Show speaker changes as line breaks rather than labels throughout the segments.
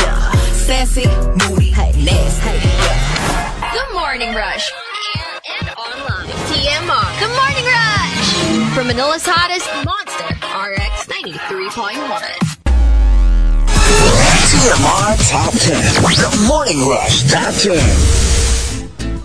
yeah. sassy, moody, nasty.
The Morning Rush. And, and online. TMR. The Morning Rush. From Manila's hottest, Monster RX 93.1.
TMR Top 10. The Morning Rush Top 10.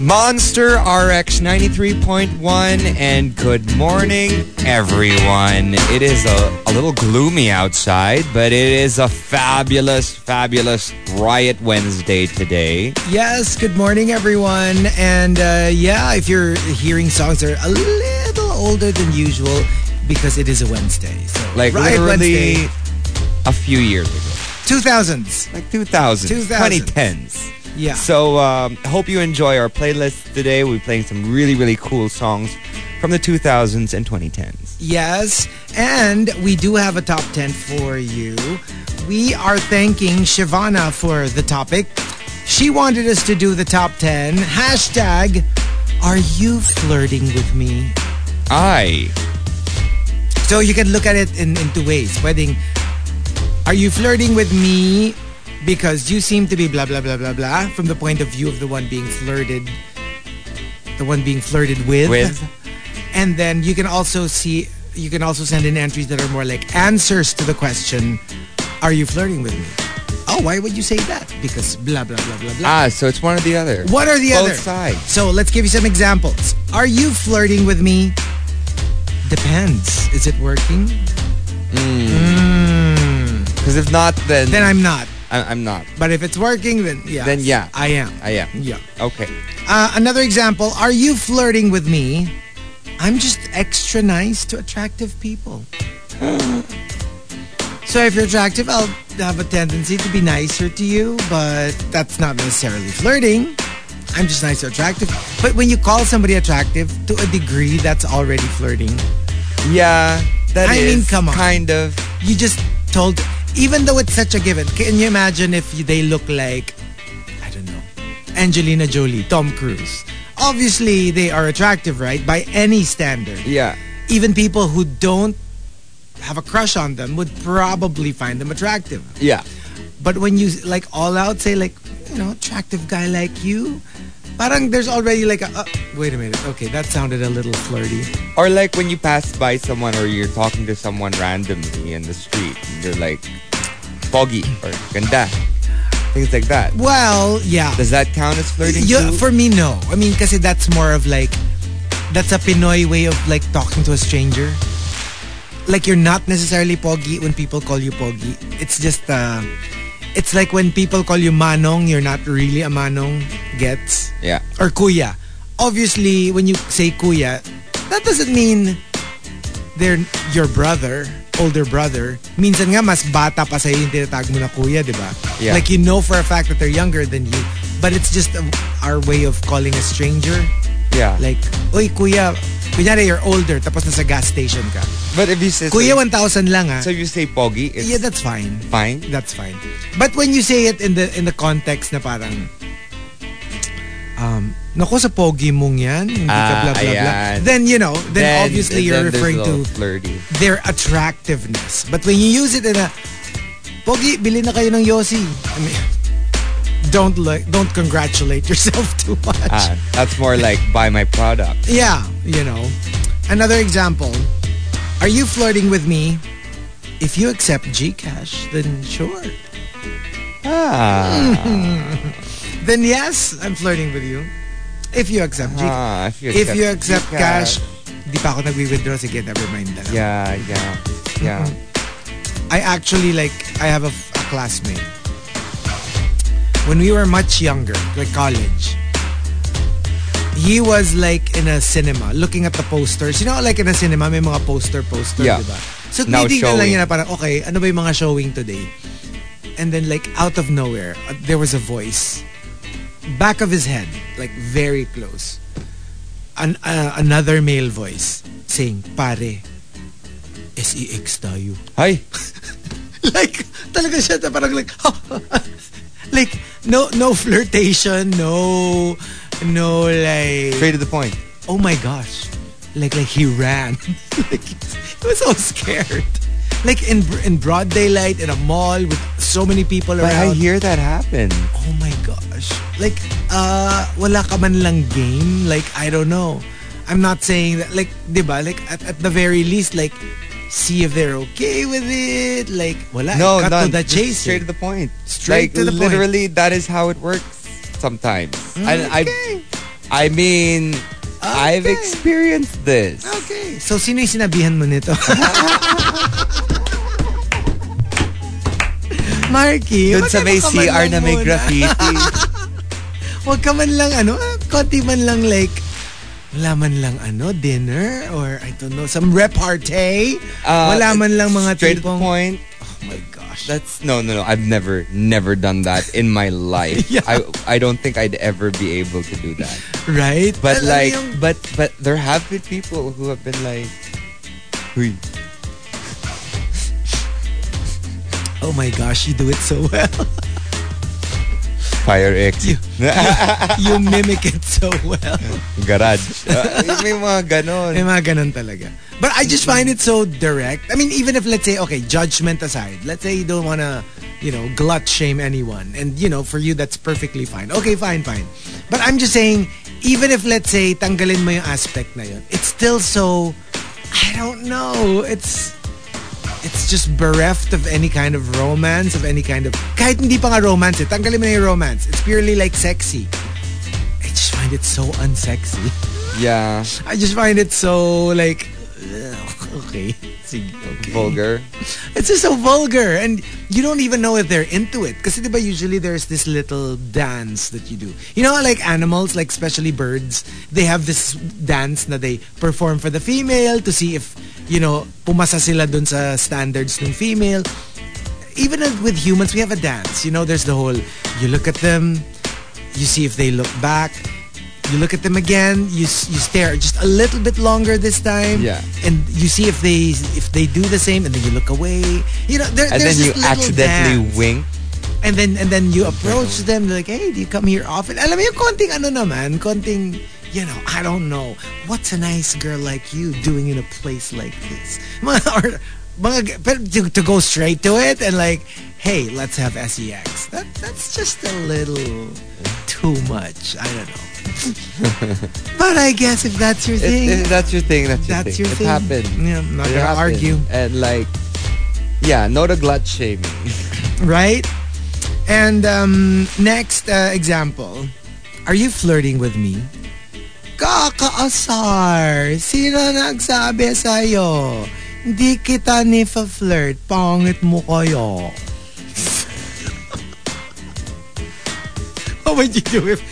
Monster RX 93.1 and good morning everyone. It is a, a little gloomy outside, but it is a fabulous, fabulous Riot Wednesday today.
Yes, good morning, everyone. And uh, yeah, if you're hearing songs that are a little older than usual, because it is a Wednesday. So
Like
Riot
literally
Wednesday,
a few years ago.
2000s.
Like 2000s,
2000s.
2010s.
Yeah.
So um, hope you enjoy our playlist today. We're playing some really, really cool songs from the 2000s and 2010s.
Yes, and we do have a top 10 for you. We are thanking Shivana for the topic. She wanted us to do the top 10. Hashtag, are you flirting with me?
I
So you can look at it in, in two ways. Pwedeng, are you flirting with me because you seem to be blah, blah, blah, blah, blah, from the point of view of the one being flirted, the one being flirted with.
With.
And then you can also see, you can also send in entries that are more like answers to the question, are you flirting with me? Oh, why would you say that? Because blah, blah, blah, blah, blah.
ah, so it's one or the other.
What are the
Both
other?
sides.
So let's give you some examples. Are you flirting with me? Depends. Is it working?
Because if not, then
Then I'm not.
I- I'm not.
But if it's working, then yeah.
Then Ah, yeah.
I am.
I am.
yeah.
Okay.
Uh, another example. Are you flirting with me? I'm just extra nice to attractive people. so if you're attractive, I'll have a tendency to be nicer to you, but that's not necessarily flirting. I'm just nice to attractive. But when you call somebody attractive, to a degree, that's already flirting.
Yeah. That
I mean,
is
come on.
Kind of.
you just told even though it's such a given can you imagine if you- they look like i don't know angelina jolie tom cruise obviously they are attractive right by any standard
Yeah.
even people who don't have a crush on them would probably find them attractive
Yeah.
but when you like all out say like you know attractive guy like you parang there's already like a uh, wait a minute okay that sounded a little flirty
Or like when you pass by someone or you're talking to someone randomly in the street, and you're like, "Foggy" or "Ganda," things like that.
well yeah
Does that count as flirting?
Yeah,
too?
for me, no. I mean, kasi that's more of like, that's a Pinoy way of like talking to a stranger. Like you're not necessarily pogi when people call you pogi. It's just, uh, it's like when people call you manong, you're not really a manong. Gets?
yeah.
Or kuya. Obviously, when you say kuya, that doesn't mean they're your brother, older brother. Minsan nga mas bata pa sa'yo yung tinatag mo na kuya, di ba?
Yeah.
Like you know for a fact that they're younger than you. But it's just uh, our way of calling a stranger.
Yeah.
Like, oy kuya, kunyari you're older tapos nasa gas station ka.
but if you say
Kuya,
so,
1,000 lang ah.
so you say "Foggy," it's
yeah, that's fine.
fine.
That's fine. But when you say it in the in the context na parang um Nako sa pogi mong yan, hindi
Ah,
ka blah, blah, blah.
ayan.
Then, you know, then, obviously you're
then there's
referring
a
to
little flirty.
their attractiveness. But when you use it in a, Pogi, bili na kayo ng Yossi. I mean, don't look, don't congratulate yourself too much.
Ah, that's more like buy my product.
Yeah, you know. Another example. Are you flirting with me? If you accept Gcash, then sure. Mm,
Ah,
Then yes, I'm flirting with you. If you accept Gcash.
ah, if you
If you accept
Gcash.
cash, di pa ako nagwi-withdraw. Sige, never mind na lang.
Yeah, yeah, yeah.
I actually like I have a, a classmate. When we were much younger, like college, he was like in a cinema looking at the posters. You know, like in a cinema, may mga poster poster,
Yeah.
di ba? So
Now
titignan lang
showing.
niya na parang, okay, ano ba yung mga showing today? And then like out of nowhere, uh, there was a voice. Back of his head, like very close. An, uh, another male voice saying, pare, SEX tayo
Ay,
like talaga siya na parang like like no no flirtation no no like
straight to the point.
oh my gosh like like he ran like he was so scared like in in broad daylight in a mall with so many people
But I
around
hear that happen.
oh my gosh like uh wala ka man lang game like I don't know I'm not saying that like diba like at, at the very least like see if they're okay with it like wala
No,
eh, cut
no,
to the
just
chase
Straight to
eh.
the point. like,
Straight to the point. Mm,
literally, that is how it works sometimes. I,
Hmm, Okay.
I, I
Ah,
mean, I've
Okay.
experienced this.
Okay. So, sino yung sinabihan mo nito? Marky,
Dun sa
wag
may
ano ka man
CR
lang
na may
muna.
graffiti.
Huwag ka man lang ano, ah, konti man lang like, wala man lang ano, dinner or I don't know, some repartee.
Uh,
wala man lang mga
straight to the
tipong,
point.
oh my gosh.
That's no, no, no. I've never, never done that in my life.
Yeah.
I, I don't think I'd ever be able to do that.
right?
But
Alam
like,
yung-
but but there have been people who have been like, "Huy,
oh my gosh, you do it so well.
fire X,
You- you mimic it so well.
garage." Uh, may mga ganon.
May mga ganun talaga. But I just find it so direct. I mean, even if let's say, okay, judgment aside, let's say you don't want to, you know, glut shame anyone. And, you know, for you, that's perfectly fine. Okay, fine, fine. But I'm just saying, even if let's say, tanggalin mo yung aspect na yun, it's still so, I don't know, it's, it's just bereft of any kind of romance, of any kind of, kahit hindi pa nga romance eh, tanggalin mo na yung romance. It's purely like sexy. I just find it so unsexy.
Yeah,
I just find it so like ugh, okay. Sige, okay.
vulgar.
It's just so vulgar and you don't even know if they're into it. Kasi diba usually there's this little dance that you do. You know like animals, like especially birds, they have this dance na they perform for the female to see if, you know, pumasa sila dun sa standards ng female even with humans, we have a dance. You know, there's the whole you look at them, you see if they look back, you look at them again, you s- you stare just a little bit longer this time,
Yeah.
and you see if they if they do the same, and then you look away. You know, there,
And
there's
then you
this little
accidentally
dance.
wink.
and then and then you approach them like, hey, do you come here often? Alam mo yung konting ano naman, konting you know, I don't know. What's a nice girl like you doing in a place like this? Mga- or mga, but to, to go straight to it and like, hey, let's have sex. That that's just a little too much. I don't know. but I guess if that's your
It-
thing,
it- that's your thing. That's your
that's
thing.
your
it
thing.
happened.
Yeah, I'm not
It
gonna
happened.
argue.
And like, yeah, no the glut shaming.
right? And um, next uh, example. Are you flirting with me? Kakaasar! Sino nagsabi sa'yo? Hindi kita ni flirt Pangit mo kayo. What would you do if,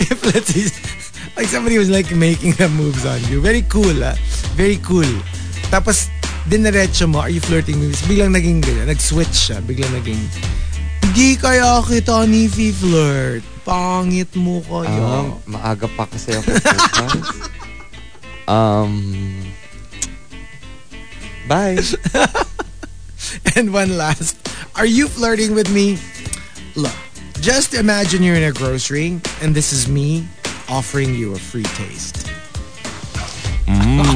if let's say, like somebody was like making the moves on you? Very cool, ah. Very cool. Tapos, dinaretso mo, are you flirting with me? Biglang naging ganyan. Nag-switch siya. Biglang naging, hindi kaya kita ni flirt Pangit mo kayo.
Um, maaga pa kasi ako Christmas. um, bye.
And one last, are you flirting with me? Look, just imagine you're in a grocery and this is me offering you a free taste.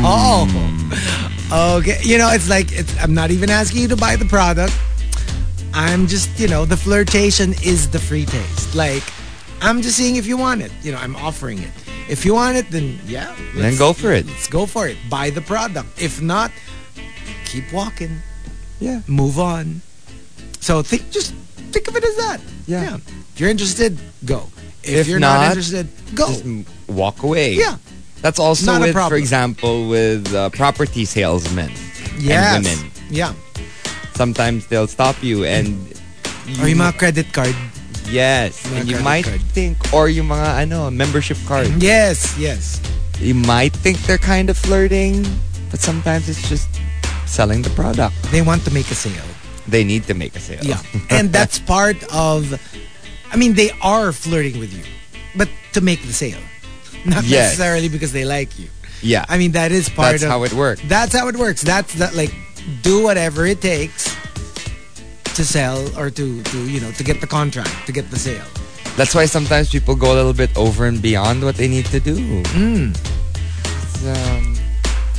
Oh, okay. You know, it's like it's, I'm not even asking you to buy the product. I'm just, you know, the flirtation is the free taste. Like, I'm just seeing if you want it. You know, I'm offering it. If you want it, then yeah,
Then go for it.
Let's go for it. Buy the product. If not, keep walking,
Yeah.
move on. So think just think of it as that.
Yeah.
If you're interested, go. If,
If
you're not,
not,
interested, go.
Just m- walk away.
Yeah.
That's also
Not a
with, for
problem.
example, with uh, property salesmen
yes.
and women.
Yeah.
Sometimes they'll stop you and
Or yung
Mm.
mga credit card.
yes,
mga
and you
credit
might
card.
think or yung mga ano membership card.
Yes, yes.
You might think they're kind of flirting, but sometimes it's just selling the product.
They want to make a sale.
They need to make a sale.
Yeah. and that's part of I mean they are flirting with you. But to make the sale. Not
Yes.
necessarily because they like you.
yeah.
I mean that is part
that's
of
how it works.
That's how it works. That's that like do whatever it takes to sell or to to you know to get the contract, to get the sale.
That's why sometimes people go a little bit over and beyond what they need to do.
Mm-hmm.
It's, um,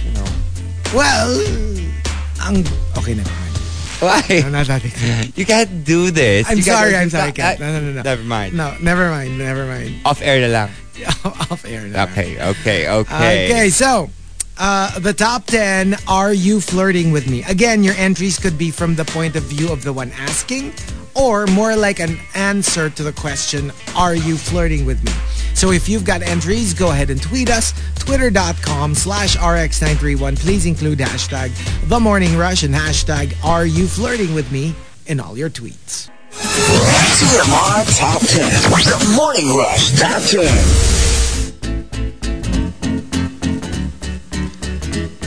you know.
Well, ang okay na naman.
Why?
No, not that big.
You can't do this.
I'm
You can't-
sorry, I'm sorry, Kat. No, no, no, no.
Never mind.
No, never mind, never mind.
Off air na lang.
Off air. na lang.
Okay, okay, okay.
Okay, so uh, the top 10 are you flirting with me? Again, your entries could be from the point of view of the one asking or more like an answer to the question, are you flirting with me? So if you've got entries, go ahead and tweet us, twitter.com slash rx931. Please include hashtag the morning rush and hashtag are you flirting with me in all your tweets.
TMR Top 10. The Morning Rush Top 10.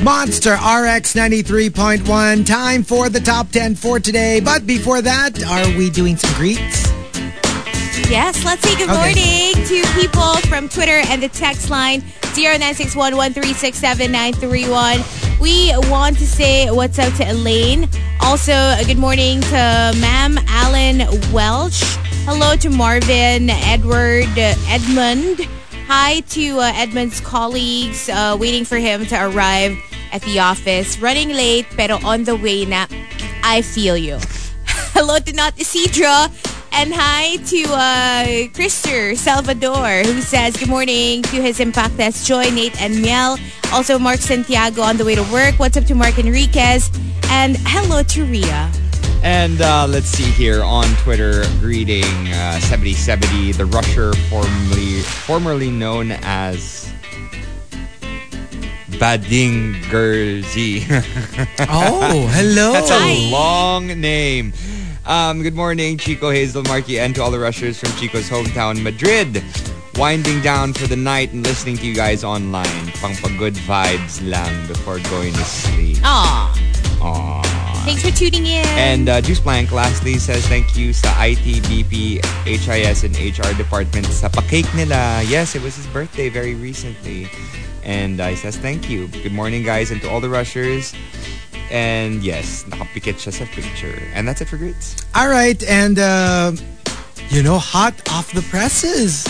Monster RX 93.1. Time for the top 10 for today. But before that, are we doing some greets?
Yes, let's say good
Okay.
morning to people from Twitter and the text line 0961-1367931. We want to say what's up to Elaine. Also, a good morning to Ma'am Alan Welch. Hello to Marvin, Edward, uh, Edmund. Hi to uh, Edmund's colleagues uh, waiting for him to arrive at the office. Running late, pero on the way na. I feel you. Hello to Not Isidro. And hi to uh, Krister Salvador, who says, Good morning to his impactas, Joy, Nate, and Miel. Also, Mark Santiago on the way to work. What's up to Mark Enriquez? And hello to Rhea.
And uh, let's see here on Twitter, greeting uh, 7070, the rusher formerly formerly known as Badingerzi.
Oh, hello.
That's
Hi.
a long name. Um, good morning, Chico, Hazel, Marky, and to all the rushers from Chico's hometown, Madrid. Winding down for the night and listening to you guys online. Pang good vibes lang before going to sleep.
Aw.
Aww.
Thanks for tuning in.
And uh, Juice Blank lastly says thank you sa IT, BP, HIS, and HR department sa pa-cake nila. Yes, it was his birthday very recently. And uh, he says thank you. Good morning guys and to all the rushers. And yes, nakapikit siya sa picture. And that's it for greets.
All right, and uh, you know, hot off the presses.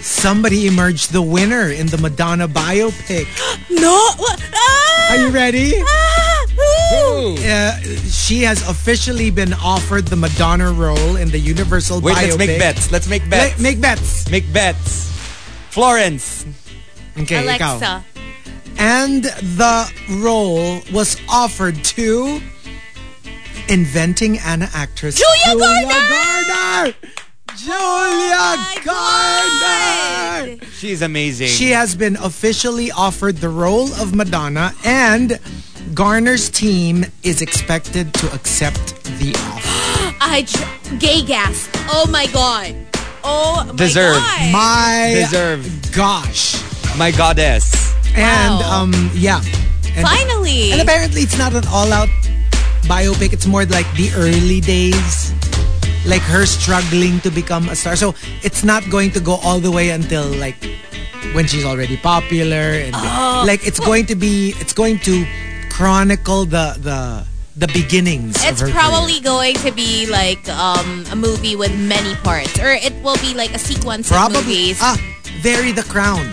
Somebody emerged the winner in the Madonna biopic.
no! Ah!
Are you ready?
Ah! Ooh!
Uh, she has officially been offered the Madonna role in the Universal
Wait,
biopic.
let's make bets. Let's make
Le-
bets.
make bets.
make bets. Florence.
Okay, ikaw.
Alexa.
And the role was offered to inventing Anna actress
Julia Garner! Oh
Garner! Julia Garner!
God!
She's amazing.
She has been officially offered the role of Madonna, and Garner's team is expected to accept the offer.
I j- gay gas. Oh my god. Oh my
Deserved.
god.
My
Deserved.
gosh!
My goddess.
And
Wow.
um, yeah. And,
Finally.
and apparently, it's not an all-out biopic. It's more like the early days, like her struggling to become a star. So it's not going to go all the way until like when she's already popular, and
Oh.
like it's going to be, it's going to chronicle the the the beginnings. of
It's
her
probably
career.
going to be like um, a movie with many parts, or it will be like a sequence of
probably
movies.
ah very The Crown.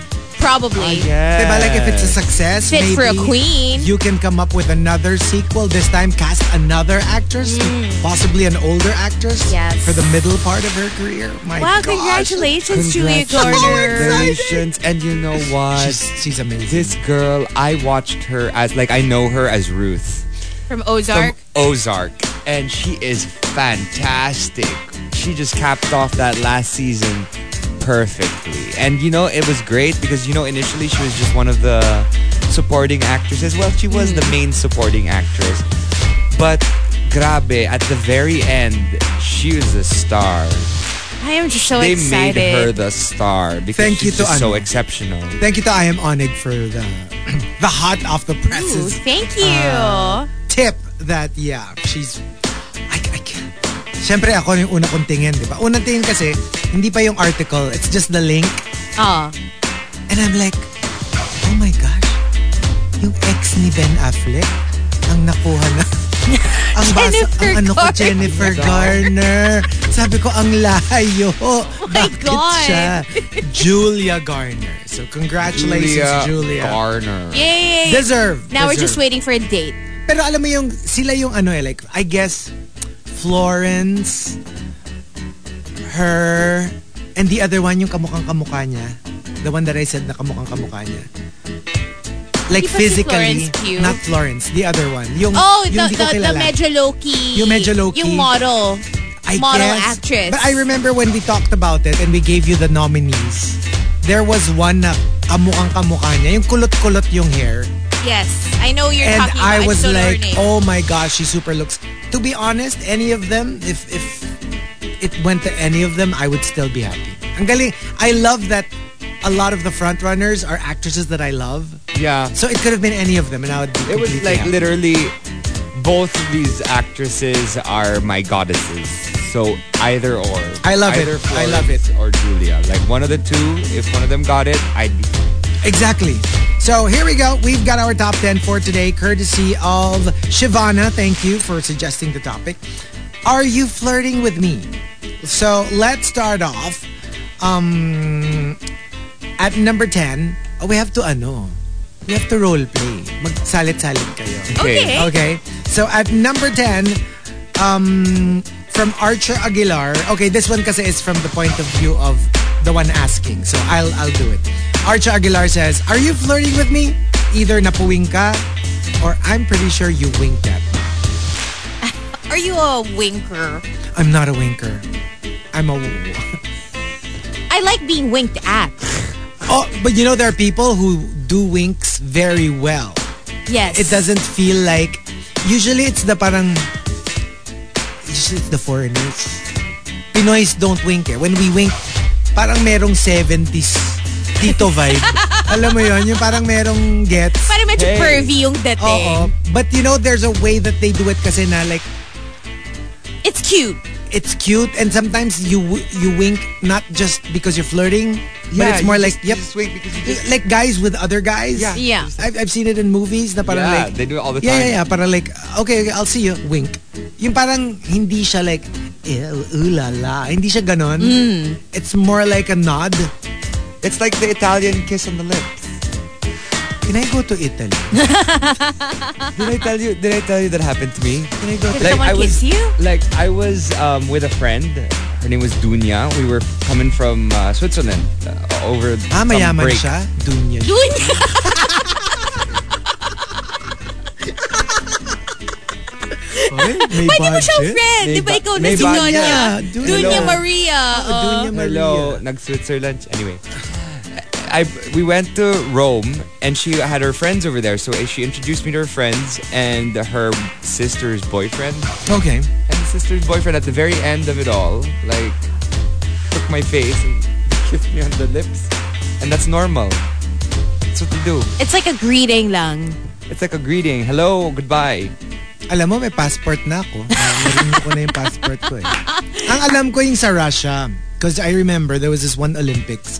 probably.
Diba, like if it's a success,
Fit for a
maybe
queen.
You can come up with another sequel. This time, cast another actress, possibly an older actress,
Mm. Yes.
for the middle part of her career. My
Wow!
gosh.
Congratulations, Julia Garner.
Congratulations. and you know what?
She's, she's amazing.
This girl, I watched her as like I know her as Ruth.
from Ozark.
from Ozark, and she is fantastic. She just capped off that last season perfectly, and you know it was great because you know initially she was just one of the supporting actresses. Well, she was
Hmm.
the main supporting actress, but grabe at the very end, she was a star.
I am just so
they
excited.
made her the star because
Thank you
she's
to
just so
Anya.
exceptional.
Thank you to I Am Onig for the the hot off the
Ooh,
presses
thank you.
uh, tip that yeah, she's I, I can't. Siyempre ako yung una kong tingin, di ba? Unang tingin kasi, hindi pa yung article. It's just the link.
Ah,
And I'm like, oh my gosh, yung ex ni Ben Affleck, ang nakuha na. ang basa,
Jennifer
ang ano ko,
Garner.
Jennifer Garner. Sabi ko, ang layo. Oh
my God.
siya? Julia Garner. So congratulations, Julia.
Garner.
yay.
Deserve.
now we're
deserve.
just waiting for a date.
Pero alam mo yung, sila yung ano eh, like, I guess, Florence, her, and the other one, yung kamukhang kamukha niya. The one that I said na kamukhang kamukha niya. Like
Di ba si
physically,
Florence Pugh?
not Florence, the other one. Yung,
Oh,
yung
the,
hindi ko
the, the
kilala.
medyo low-key.
Yung medyo low-key.
Yung model.
I
model
guess.
actress.
But I remember when we talked about it and we gave you the nominees, there was one na kamukhang kamukha niya. Yung kulot-kulot yung hair.
Yes. I know you're
and
talking about.
I was
I'm still
like,
learning.
oh my gosh, she super looks. To be honest, any of them, if if it went to any of them, I would still be happy. Ang galing. I love that a lot of the front runners are actresses that I love.
Yeah.
So it could have been any of them, and I would.
It
Be
was
completely
like
happy.
literally both of these actresses are my goddesses. So either or.
I love it.
Either
I love it.
Florence Or Julia. Like one of the two, if one of them got it, I'd be fine.
Exactly. So here we go. We've got our top 10 for today, courtesy of Shivana. Thank you for suggesting the topic. Are you flirting with me? So let's start off. Um, at number 10, oh, we have to ano? We have to role play. Magsalit-salit kayo.
Okay.
Okay. So at number 10, um, from Archer Aguilar. Okay, this one kasi is from the point of view of the one asking. So I'll I'll do it. Archer Aguilar says, "Are you flirting with me? Either napuwing ka or I'm pretty sure you winked at me. oh.
Are you a winker?
I'm not a winker. I'm a
I like being winked at.
Oh, but you know there are people who do winks very well.
Yes.
It doesn't feel like usually it's the parang usually it's the foreigners. Pinoys don't wink eh. When we wink, parang merong 70s tito vibe. Alam mo yon yung parang merong gets.
Parang medyo
Hey.
pervy yung dating.
Oo. But you know, there's a way that they do it kasi na like,
It's cute.
it's cute and sometimes you w- you wink not just because you're flirting, but it's more
you
like,
just- you
yep.
just wink because you just-
Like guys with other guys.
Yeah.
Yeah.
I've, I've seen it in movies na parang
Yeah,
like...
they do it all the
Yeah,
time.
yeah, yeah. Parang like, okay, okay, I'll see you. Wink. Yung parang hindi siya like, ew, ooh la la. Hindi siya ganon.
Mm.
It's more like a nod.
It's like the Italian kiss on the lips.
Can I go to Italy?
Did I tell you? Did I tell you that happened to me?
Can I go to...
Did someone
I was,
kiss you?
Like I was um, with a friend. Her name was Dunya. We were coming from uh, Switzerland uh, over
Ah,
some
mayaman
break.
siya. Dunya siya.
Dun.
Oy, may
Pwede mo
budget.
siyang
Ah,
friend. Di
May
ba
ba-
ikaw
may
na si
budget.
Dunya?
Dunya.
Dunya
Hello.
Maria.
Oh,
oh.
Dunya Maria.
Hello, nag Switzerland. Anyway, I we went to Rome and she had her friends over there. So eh, she introduced me to her friends and her sister's boyfriend.
Okay.
And the sister's boyfriend at the very end of it all, like took my face and kissed me on the lips, and that's normal. That's what they do.
It's like a greeting lang.
It's like a greeting. Hello, goodbye.
Alam mo, may passport na ako. Ah, Narinig ko na yung passport ko eh. Ang alam ko yung sa Russia, because I remember there was this one Olympics,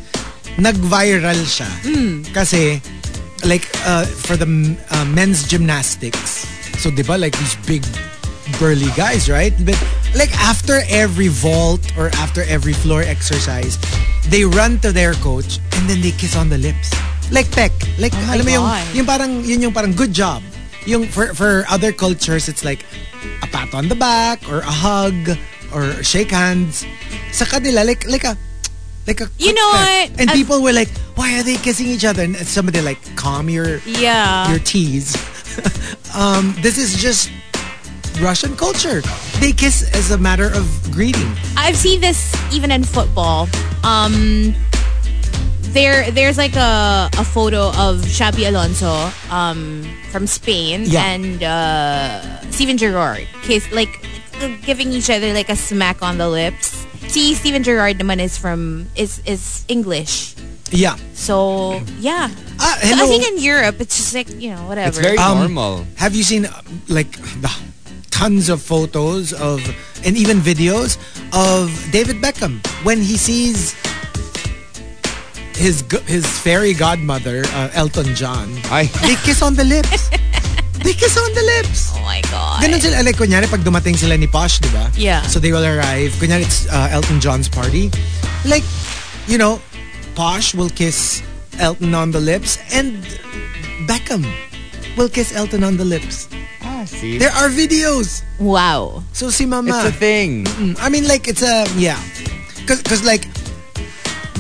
nag-viral siya. Kasi, like, uh, for the uh, men's gymnastics, so di ba, like these big burly guys, right? But like after every vault or after every floor exercise, they run to their coach and then they kiss on the lips. Like peck. Like,
Oh my
alam mo yung,
God.
yung parang, yun yung parang good job. Yung for, for other cultures, it's like a pat on the back or a hug or shake hands. Sa kanila, like, like a, like a
You
quick
know
peck.
what?
And
As-
people were like, why are they kissing each other? And somebody like, calm your,
Yeah.
your tease. um, this is just Russian culture. They kiss as a matter of greeting.
I've seen this even in football. Um, there, there's like a, a photo of Xabi Alonso um, from Spain
Yeah.
and uh, Steven Gerrard, kiss like giving each other like a smack on the lips. See, Steven Gerrard naman is from is is English,
Yeah.
so yeah.
Ah,
So
hello.
I think in Europe, it's just like you know whatever. Oh
It's very
Um,
normal.
Have you seen uh, like the tons of photos of and even videos of David Beckham when he sees his go- his fairy godmother uh, Elton John?
Ay.
They kiss on the lips. they kiss on the lips.
oh my god.
Ganun sila, like, kunyari, pag dumating sila ni Posh, di ba?
Yeah.
So they will arrive. Kunyari, it's uh, Elton John's party. Like, you know, Posh will kiss Elton on the lips and Beckham will kiss Elton on the lips.
Ah, see.
There are videos.
wow.
So si Mama.
It's a thing.
I mean, like it's a yeah, because like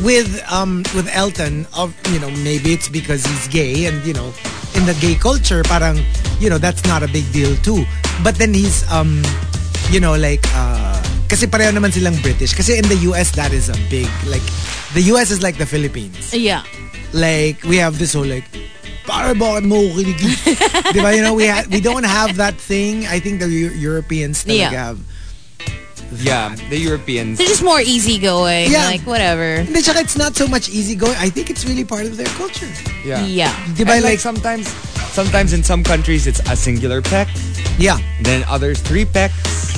with um with Elton, of you know maybe it's because he's gay and you know in the gay culture, parang you know that's not a big deal too. But then he's um you know like uh, kasi pareho naman silang British. Kasi in the US that is a big like the US is like the Philippines
Yeah.
like we have this whole like para bakit mo ako kinikis? Diba? You know, we ha- we don't have that thing. I think the Eu- Europeans talaga
Yeah.
have.
Yeah, the Europeans.
They're just more easygoing.
Yeah.
Like whatever.
Hindi, tsaka it's not so much easy going. I think it's really part of their culture.
Yeah.
yeah.
And,
Diba?
like
Like,
sometimes, sometimes in some countries it's a singular peck,
yeah.
then others three pecks,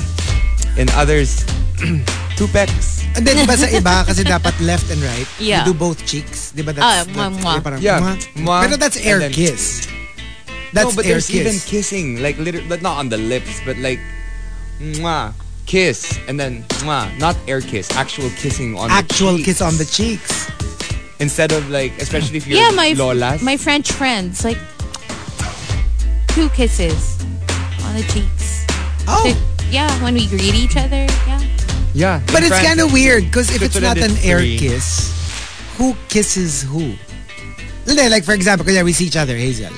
in others two pecks.
And then, diba sa iba, kasi dapat left and right,
Yeah.
you do both cheeks. Diba? That's,
Ah,
that's
mwah, mwah.
parang
Yeah,
mwah.
mwah,
Pero that's air
and then-
kiss. That's
no, but
air
there's even
kiss.
kissing, like liter- but not on the lips, but like mwah, kiss, and then mwah, not air kiss, actual kissing on
Actual
the
kiss on the
cheeks.
cheeks.
instead of like, especially if you're
yeah, my
lolas.
my French friends like two kisses on the cheeks.
Oh,
So, yeah, when we greet each other. Yeah.
yeah,
but it's kind of weird because if it's not
Switzerland,
an
it's
air
three.
kiss, who kisses who? Hindi, Like for example, kaya we see each other, Hazel,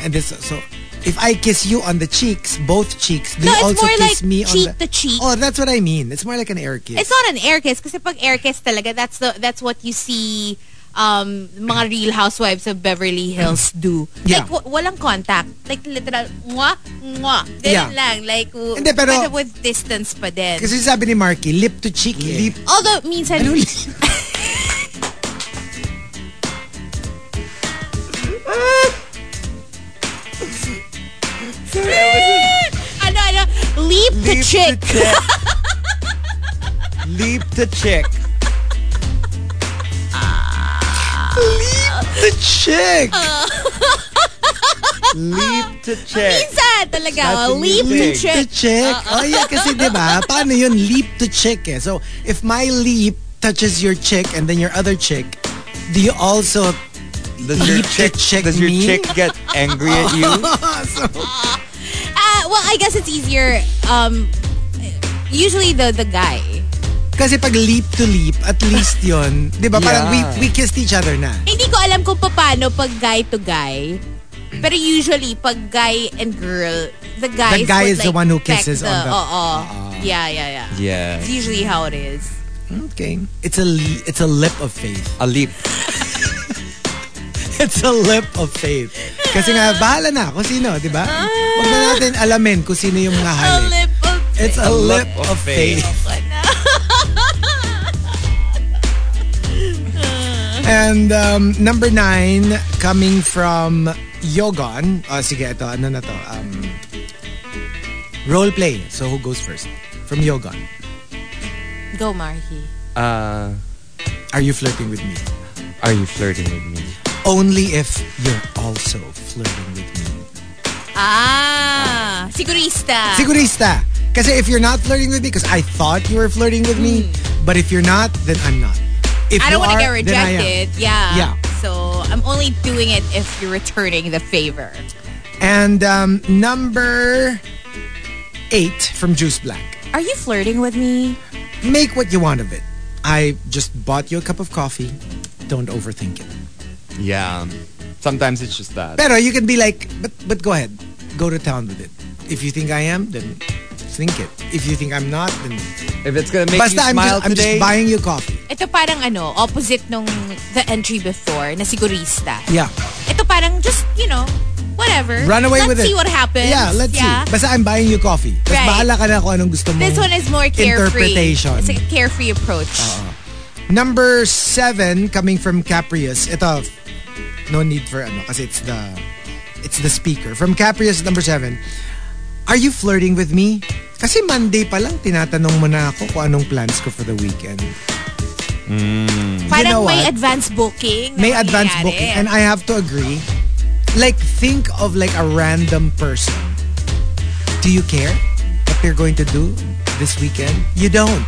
and this so. If I kiss you on the cheeks, both cheeks, do
No,
you
it's
also
more
kiss
like
me on
cheek
the,
to cheek.
Oh, that's what I mean. It's more like an air kiss.
It's not an air kiss kasi pag air kiss talaga that's the that's what you see um mga real housewives of Beverly Hills do.
Yeah.
Like wa- walang contact. Like literal mwah, mwah.
Yeah.
Ganun lang. Like w-
Hindi, pero-
pero with distance pa din.
Kasi sabi ni Marky, lip to cheek, lip.
Although minsan
Ano lip?
ano ano leap to
Leap
chick.
to chick. Leap to chick.
The chick!
Leap to chick.
Minsan talaga
That's
oh,
a new
leap to
thing.
To
chick.
chick. Oh yeah, kasi diba, paano yun leap to chick eh? So, if my leap touches your chick and then your other chick, do you also...
Does your
Leap to
chick,
chick
does your
me?
chick get angry at you?
so,
Uh, well, I guess it's easier. Um, usually the the guy.
kasi pag leap to leap, at least yun, diba, parang we,
Yeah.
we kissed each other na.
Hindi ko alam kung paano pag guy to guy. Pero usually pag guy and girl, the guy
The guy is the one who kisses on the- Uh-uh.
Oh, oh. Yeah, yeah, yeah.
Yeah.
It's usually how it is.
Okay. It's a, le- it's a lip of faith.
A leap.
It's a lip of faith. Kasi nga, bahala na kung sino, diba?
Ah.
Huwag na natin alamin kung sino yung mga
A
halik.
lip of
It's a, lip, of, faith. And um, number nine, coming from Yogon. Oh, sige, ito. Ano na to? Um, role play. So, who goes first? From Yogon.
Go, Marky.
Uh,
Are you flirting with me?
are you flirting with me?
Only if you're also flirting with me.
Ah, sigurista.
Sigurista! Kasi if you're not flirting with me, because I thought you were flirting with me, but if you're not, then I'm not. If
Hmm. I don't
you
want to
are,
get
then I am.
rejected. Yeah.
Yeah.
So I'm only doing it if you're returning the favor.
And um, number eight from Juice Black.
Are you flirting with me?
Make what you want of it. I just bought you a cup of coffee. Don't overthink it.
Yeah. Sometimes it's just that.
Pero you can be like, but but go ahead, go to town with it. If you think I am, then think it. If you think I'm not, then
If it's gonna make
basta
you
I'm
smile
just, I'm
today,
just buying you coffee.
Ito parang ano, opposite nung the entry before na sigurista.
Yeah.
Ito parang just, you know, whatever.
Run away
let's
with it.
see what happens.
Yeah, let's
Yeah.
see. Basta I'm buying you coffee. Tapos
Right.
bahala ka na kung anong gusto mo.
This one is more carefree.
Interpretation. Uh-uh.
It's like a carefree approach.
Number seven, coming from Caprius. Ito, no need for ano, kasi it's the, it's the speaker. From Caprius, number seven. Are you flirting with me? Kasi Monday pa lang, tinatanong mo na ako kung anong plans ko for the weekend.
parang
know
may
what?
advance booking. na
May advance
nangyayari.
booking. And I have to agree. Like, think of like a random person. Do you care what they're going to do this weekend? You don't.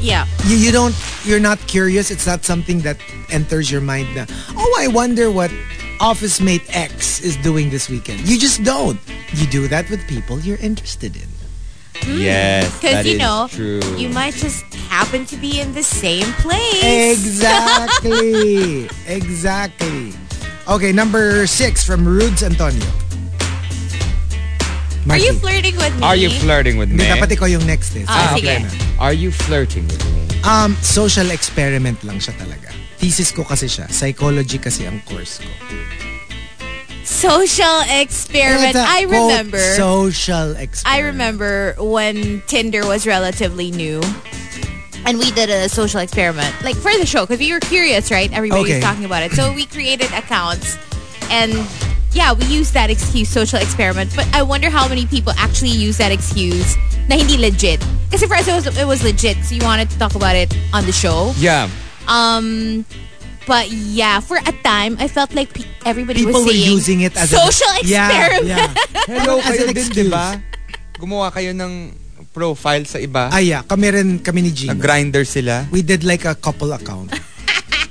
yeah.
you, you don't you're not curious it's not something that enters your mind na oh i wonder what office mate x is doing this weekend you just don't you do that with people you're interested in
yes, Mm,
Because,
that
you
is
know,
true.
you might just happen to be in the same place.
exactly exactly okay number six from rudes antonio
Are you flirting with me?
Are you flirting with me?
Hindi, dapat ikaw yung next eh.
Ah,
Sabi ko
sige.
na.
Are you flirting with me?
Um, social experiment lang siya talaga. Thesis ko kasi siya. Psychology kasi ang course ko.
Social experiment.
It's a,
I
quote,
remember.
Social experiment.
I remember when Tinder was relatively new. And we did a social experiment, like for the show, because we were curious, right?
Okay.
Everybody was talking about it. So we created accounts. And yeah, we used that excuse, social experiment. But I wonder how many people actually use that excuse na hindi legit. Because for us, it was, it was legit. So you wanted to talk about it on the show.
Yeah.
Um, But yeah, for a time, I felt like pe- everybody
people were
was saying,
using it as
social
an,
experiment.
Yeah, yeah.
Hello
As
kayo din,
an excuse.
di ba? Gumawa kayo ng profile sa iba.
Ah, yeah. Kami rin, kami ni Gino.
Nag-grinder sila.
We did like a couple account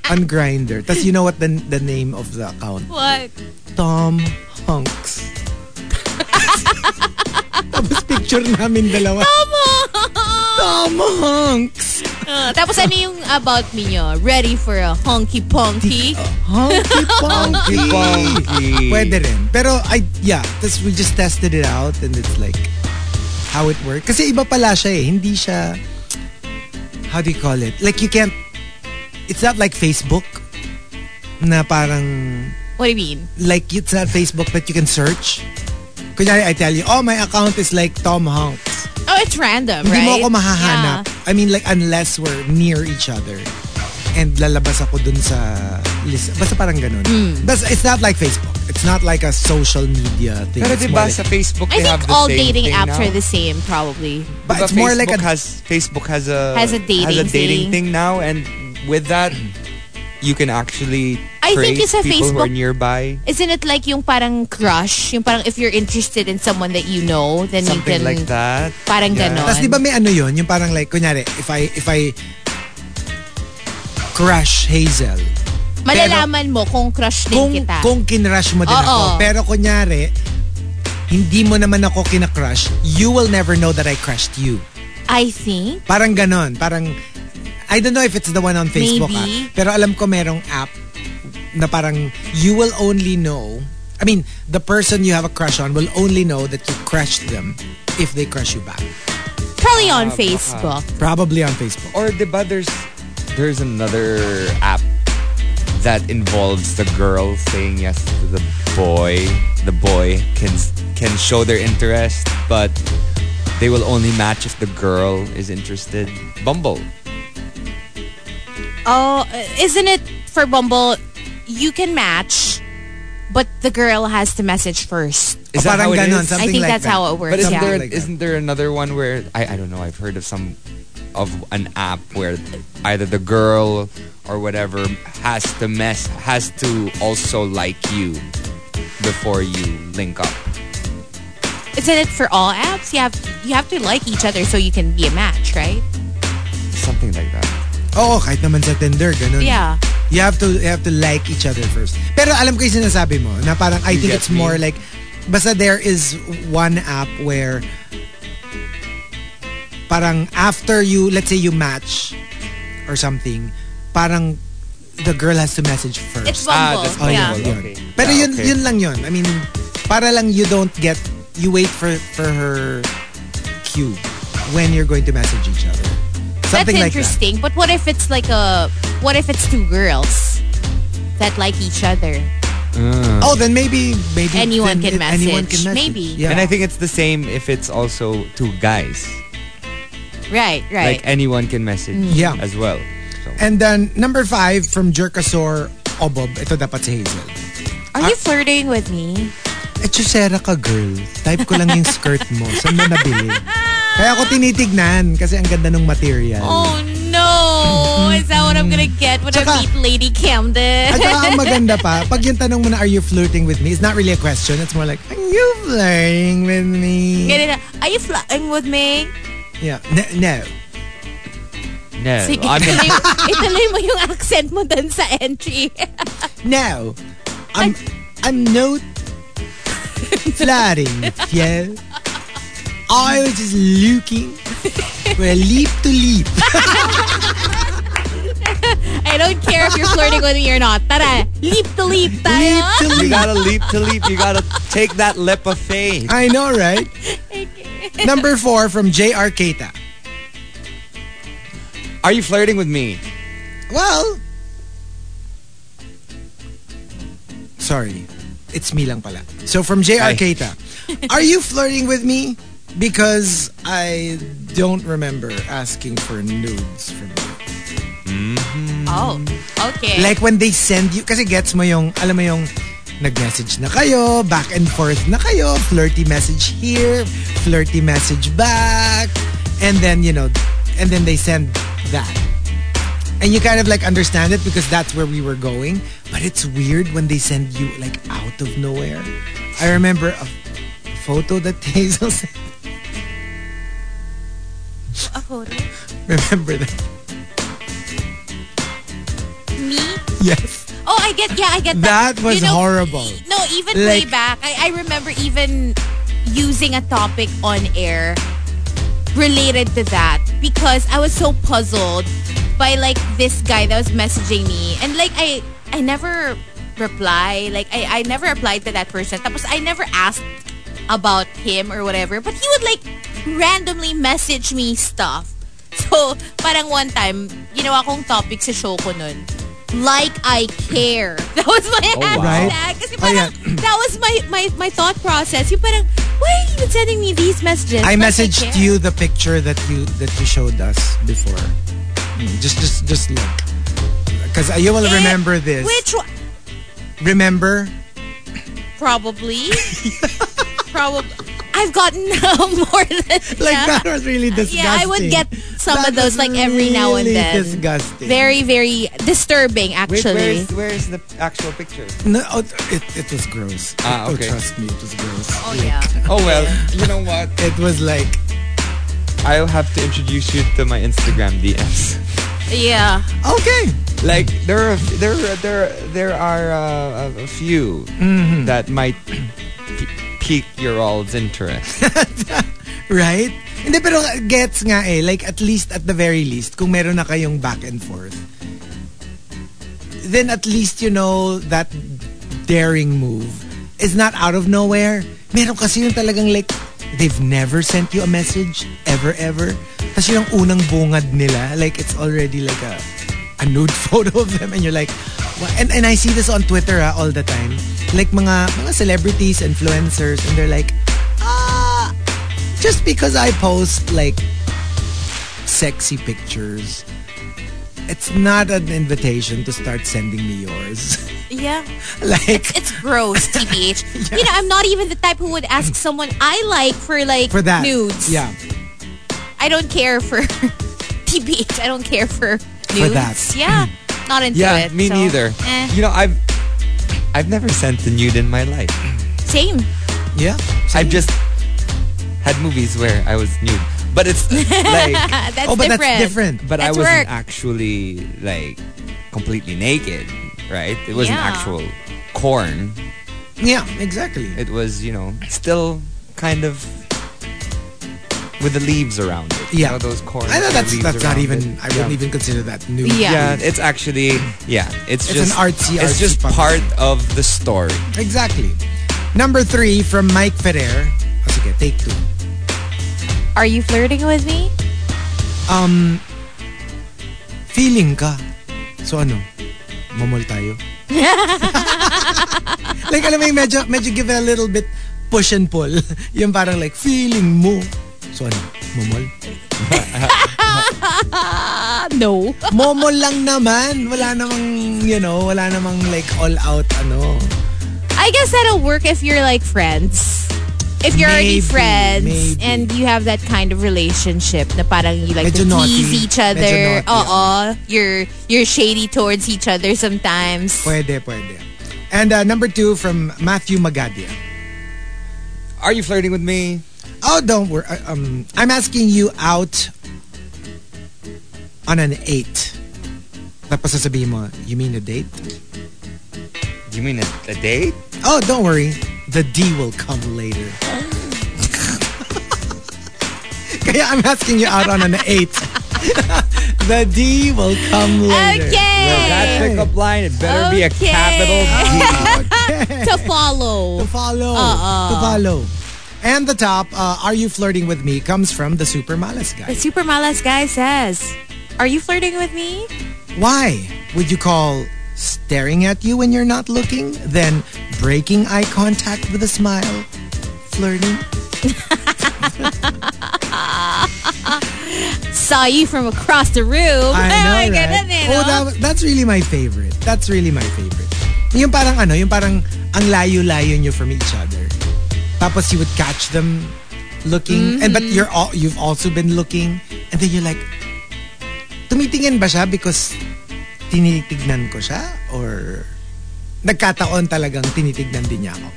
on Grinder. Tapos you know what the, the name of the account?
What?
Tom Hunks. Tapos picture namin dalawa. Tom Hunks!
Tapos ano yung about me nyo? Ready for a honky ponky?
Honky Ponky!
Bonky.
Pwede rin. Pero, I, yeah. Tapos we just tested it out and it's like how it worked. Kasi iba pala siya eh. Hindi siya, how do you call it? Like you can't, it's not like Facebook na parang,
What do you mean?
like it's not Facebook that you can search. Kunyari, I tell you, oh, my account is like Tom Hanks.
Oh, it's random,
Hindi
right?
mo ako mahahanap. I mean, like, unless we're near each other. And lalabas ako dun sa list. Basta parang ganun.
Hmm.
Bas- it's not like Facebook. It's not like a social media thing.
Pero
It's
di ba
more like-
sa Facebook
Yeah. I
they have
think
the
all
same
dating
thing
apps
now?
are the same, probably.
But
Diba
it's more like
Facebook
a,
has Facebook has a
Has a dating
has a dating
thing.
thing now, and with that, you can actually
I think
trace
it's a
people who are
Facebook-
nearby.
Isn't it like yung parang crush? Yung parang if you're interested in someone that you know, then you
Something
can...
like that.
Parang ganon.
Tapos di ba may ano yun? Yung parang like, kunyari, if I, if I crush Hazel.
Malalaman
ano?
mo kung crush din
Kung,
kita.
kung kinrush mo din ako.
Oo.
Pero kunyari, hindi mo naman ako kinakrush, you will never know that I crushed you.
I think.
Parang ganon. Parang, I don't know if it's the one on Facebook. ah.
Maybe.
Pero alam ko merong app na parang you will only know, I mean, the person you have a crush on will only know that you crushed them if they crush you back.
Probably
Ah,
on Facebook.
Probably on Facebook.
Or the there's there's another app that involves the girl saying yes to the boy. The boy can can show their interest, but they will only match if the girl is interested. Bumble.
Oh, isn't it for Bumble, you can match, but the girl has to message first.
Is that how
Parang
it
ganon,
is?
something
I think
like
that's
that.
how it works.
But isn't
yeah.
there
Something like that.
not there another one where I, I don't know, I've heard of some of an app where either the girl or whatever has to mess has to also like you before you link up.
Isn't it for all apps? You have you have to like each other so you can be a match, right?
Something like that.
Oo, kahit naman sa Tinder, ganun.
Yeah.
You have to you have to like each other first. Pero alam ko yung sinasabi mo na parang I
You
think
get
it's more
me?
like basta there is one app where parang after you let's say you match or something parang the girl has to message first. Oh,
It's Ah, Bumble.
that's
yeah.
Bumble.
yun.
Okay.
Pero
Yeah,
yun
okay.
yun lang yun. I mean para lang you don't get you wait for for her cue when you're going to message each other. Something like that.
That's interesting. But what if it's like a what if it's two girls that like each other?
Oh, then maybe maybe
Anyone
then
can
it- Anyone
message.
can message.
Maybe.
Yeah.
And I think it's the same if it's also two guys.
Right, right.
Like anyone can message
Yeah.
as well. So.
And then number five from Jerkasaur Obob. Ito dapat si Hazel.
Are you flirting with me?
Echusera ka, girl. Type ko lang yung skirt mo. Saan mo nabili? Kaya ako tinitignan kasi ang ganda ng material.
Oh no! Is that what I'm gonna get when
Tsaka-
I meet Lady Camden?
At saka ang maganda pa, pag yung tanong mo na, are you flirting with me? It's not really a question. It's more like, are you flirting with me?
Ganun na, Are you flirting with me?
Yeah. No. no.
No,
Sige,
I mean,
ituloy, ituloy mo yung accent mo dun sa entry.
No. I'm, I'm no flirting with you. I was just looking for a leap to leap.
I don't care if you're flirting with me or not. Tara, leap to leap tayo.
leap to
you
leap.
gotta leap to leap. You gotta take that leap of faith.
I know, right? Number four from J.R. Keita.
Are you flirting with me?
Well, sorry. It's me lang pala. So from J.R.
Hi.
Keita. Are you flirting with me? Because I don't remember asking for nudes from you.
Oh, okay.
Like when they send you, kasi gets mo yung, alam mo yung, nag-message na kayo, back and forth na kayo, flirty message here, flirty message back, and then, you know, and then they send that. And you kind of like understand it because that's where we were going. But it's weird when they send you like out of nowhere. I remember a photo that Hazel sent.
A photo?
Remember that?
Me?
Yes.
Oh, I get, yeah, I get that.
That was
You know,
horrible.
No, even way
Like-
back, I, I remember even using a topic on air related to that because I was so puzzled by like this guy that was messaging me and like I I never reply like I, I never replied to that person tapos I never asked about him or whatever but he would like randomly message me stuff so parang one time ginawa kong topic sa show ko nun like I care that was my
wow.
hashtag
Right?
kasi
Oh,
parang that was my, my my thought process yung parang why are you sending me these messages
I
Like
messaged
care.
you the picture that you that you showed us before. Mm, Just just just look. Cuz you will
Eh,
remember this.
Which one?
remember?
Probably. probably. I've gotten more than
Like
yeah.
that was really disgusting.
Yeah, I would get some
That
of those
was
like every now and
really
then.
disgusting.
Very, very disturbing
Wait,
actually.
where is, where is the actual picture?
No, oh, it, it was gross.
Ah, okay.
Oh, trust me, it was gross.
oh yeah.
Oh well, you know what?
It was like
I'll have to introduce you to my Instagram DMs.
Yeah.
okay.
Like there are there are- there are- there are uh, a- a few that might p- pique your all's interest.
Right? Hindi, pero gets nga eh. Like, at least, at the very least, kung meron na kayong back and forth, then at least you know that daring move is not out of nowhere. Meron kasi yung talagang like, they've never sent you a message, ever, ever. Tapos yung unang bungad nila, like, it's already like a, a nude photo of them. And you're like, "Wha-" and, and I see this on Twitter ah, all the time. Like, mga, mga celebrities, influencers, and they're like, ah, just because I post like sexy pictures, it's not an invitation to start sending me yours.
Yeah.
like
It's gross, TBH. You know, I'm not even the type who would ask someone I like for like
for that
nudes.
Yeah,
I don't care for TBH. I don't care for nudes.
that. Hmm.
Yeah. Not into
yeah,
it.
me
so,
neither.
eh.
You know, I've I've never sent a nude in my life.
Same.
yeah.
I've just had movies where I was nude, but it's like,
Uh, that's
oh, but
different.
that's different.
but I
That's
wasn't
work.
actually like completely naked, right? It was an
Yeah.
actual corn.
Yeah, exactly.
It was, you know, still kind of with the leaves around it. You
Yeah.
know, those corn.
I
with
know
the
that's
leaves
that's not
around
even.
it.
I wouldn't even consider that nude.
Yeah.
Yeah, it's actually yeah. It's,
It's
just
an artsy,
It's
artsy
just
photo.
part of the story.
exactly. Number three from Mike Ferrer. Oh, sige, take two.
Are you flirting with me?
Um, feeling ka. So ano? Mamol tayo. like alam mo yung medyo, medyo give it a little bit push and pull. yung parang like feeling mo. So ano? Mamol?
Uh, no.
Momol lang naman. Wala namang, you know, wala namang like all out ano.
I guess that'll work if you're like friends. If you're already
Maybe,
friends
maybe.
and you have that kind of relationship na parang you like
Medyo
to
naughty.
tease each
Medyo
other.
naughty,
Oo. You're you're shady towards each other sometimes.
Pwede, pwede. And uh, number two from Matthew Magadia.
Are you flirting with me?
Oh, don't worry. I- Um, I'm asking you out on an eight. Tapos sasabihin mo, you mean a date?
You mean a, a date?
Oh, don't worry. The D will come later. Kaya I'm asking you out on an eight. the D will come later.
That
Okay.
pickup line, it better be a
Okay.
capital D.
to follow.
To follow.
Oo.
To follow. And the top, uh, Are You Flirting With Me? comes from the Super Malas
The
guy.
super malas guy says, "Are you flirting with me?"
Why would you call staring at you when you're not looking, then breaking eye contact with a smile, flirting?
Saw you from across the room.
I
oh
know,
my
right?
goodness.
Oh, that- that's really my favorite. That's really my favorite. Yung parang ano, yung parang ang layo-layo nyo from each other. Tapos you would catch them looking, and
Mm-hmm.
but you're all, you've also been looking, and then you're like, tumitingin ba siya because tinitignan ko siya? Or nagkataon talagang tinitignan din niya ako?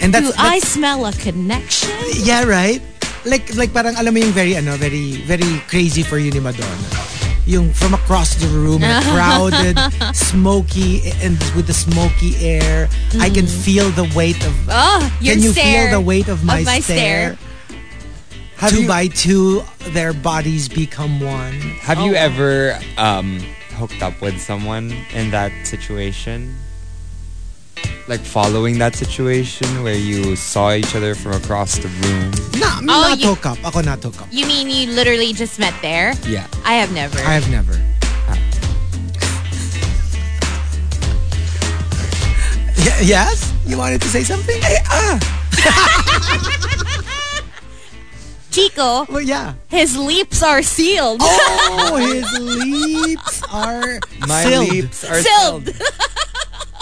And
Hmm. Do I smell a connection?
Yeah, right? Like, like parang alam mo yung very, ano, very, very crazy for you ni Madonna. Yung from across the room, in a crowded, smoky, and with the smoky air. I can feel the weight of,
Oh, your
can you
stare.
feel the weight Mm-hmm. of my, stare?
Have
two
you-
by two, their bodies become one.
Have you ever um, hooked up with someone in that situation? Like following that situation where you saw each other from across the room?
Nah, I'm
Oh,
not
you-
hook up. Ako not hook up.
You mean you literally just met there?
Yeah.
I have never.
I have never. Y- yes? You wanted to say something? Eh, ah.
Chico,
Well, yeah.
his lips are sealed.
Oh, his lips are
My
sealed.
lips are
Sealed.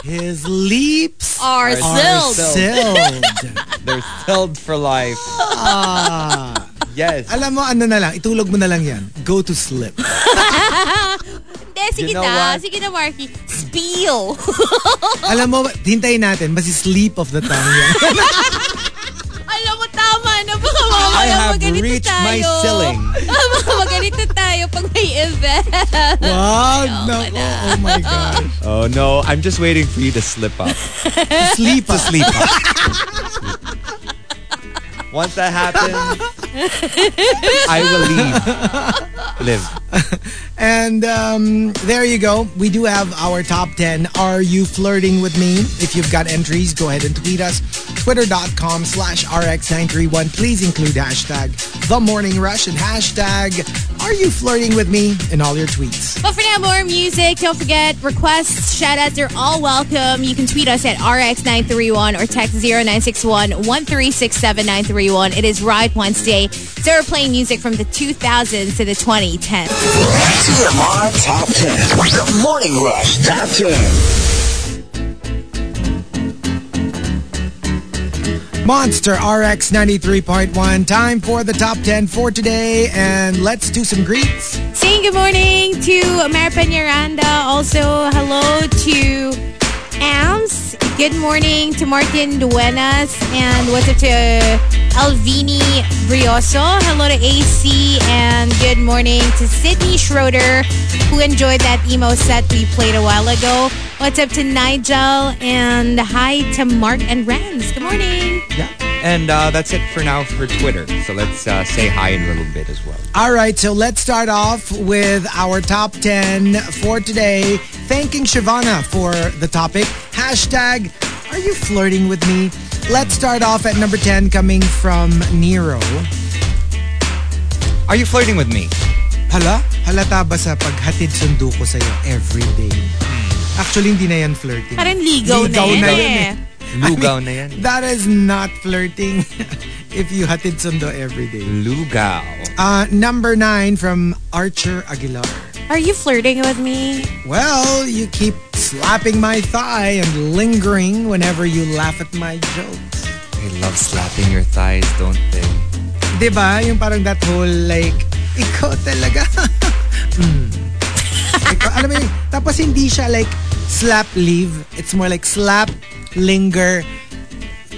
His lips
Are
Are
sealed.
sealed.
sealed.
They're sealed for life. Ah. Yes.
Alam mo, ano na lang, itulog mo na lang yan. Go to sleep.
Hindi, sige
You know
na.
what?
Sige na, Marky. Spiel.
Alam mo, hintayin natin, basi sleep of the tongue yan.
Alam mo, tama na. Baka mamaya
I have
maganito
reached
tayo.
my ceiling.
Baka maganito tayo pag may event.
Wag, nako, oh my God.
Oh no, I'm just waiting for you to slip up.
Sleep to sleep.
Once that happens, I will leave. Live.
And um, there you go. We do have our top 10. Are you flirting with me? If you've got entries, go ahead and tweet us. Twitter.com slash RX931. Please include hashtag The Morning Rush and hashtag Are You Flirting With Me in all your tweets.
But for now, more music. Don't forget, requests, shout-outs are all welcome. You can tweet us at RX931 or text 0961-1367931. It is Ride Wednesday, so we're playing music from the 2000s to the 2010s.
TMR Top 10. The Morning Rush Top 10.
Monster RX 93.1. Time for the top 10 for today. And let's do some greets.
Saying good morning to Marpanaranda. Also, hello to Ams. Good morning to Martin Duenas. And what's up to Alvini Brioso. Hello to AC. And good morning to Sydney Schroeder, who enjoyed that emo set we played a while ago. What's up to Nigel? And hi to Mark and Renz. Good morning.
Yeah. And uh, that's it for now for Twitter. So let's uh, say hi in a little bit as well.
All right, so let's start off with our top 10 for today. Thanking Shivana for the topic. Hashtag, are you flirting with me? Let's start off at number 10, coming from Nero.
Are you flirting with me?
Hala? Halata ba sa paghatid sundo ko sa'yo every day? Actually, hindi na yan flirting.
Parang ligaw,
Ligaw
na,
na yun
yan eh.
Lugaw na yan.
That is not flirting if you hatid sundo every day.
Lugaw.
Uh, number nine from Archer Aguilar.
Are you flirting with me?
Well, you keep slapping my thigh and lingering whenever you laugh at my jokes.
They love slapping your thighs, don't they?
Diba? Yung parang that whole like, ikaw talaga. Mm. ikaw, alam mo yun, tapos hindi siya like slap leave. It's more like slap, linger,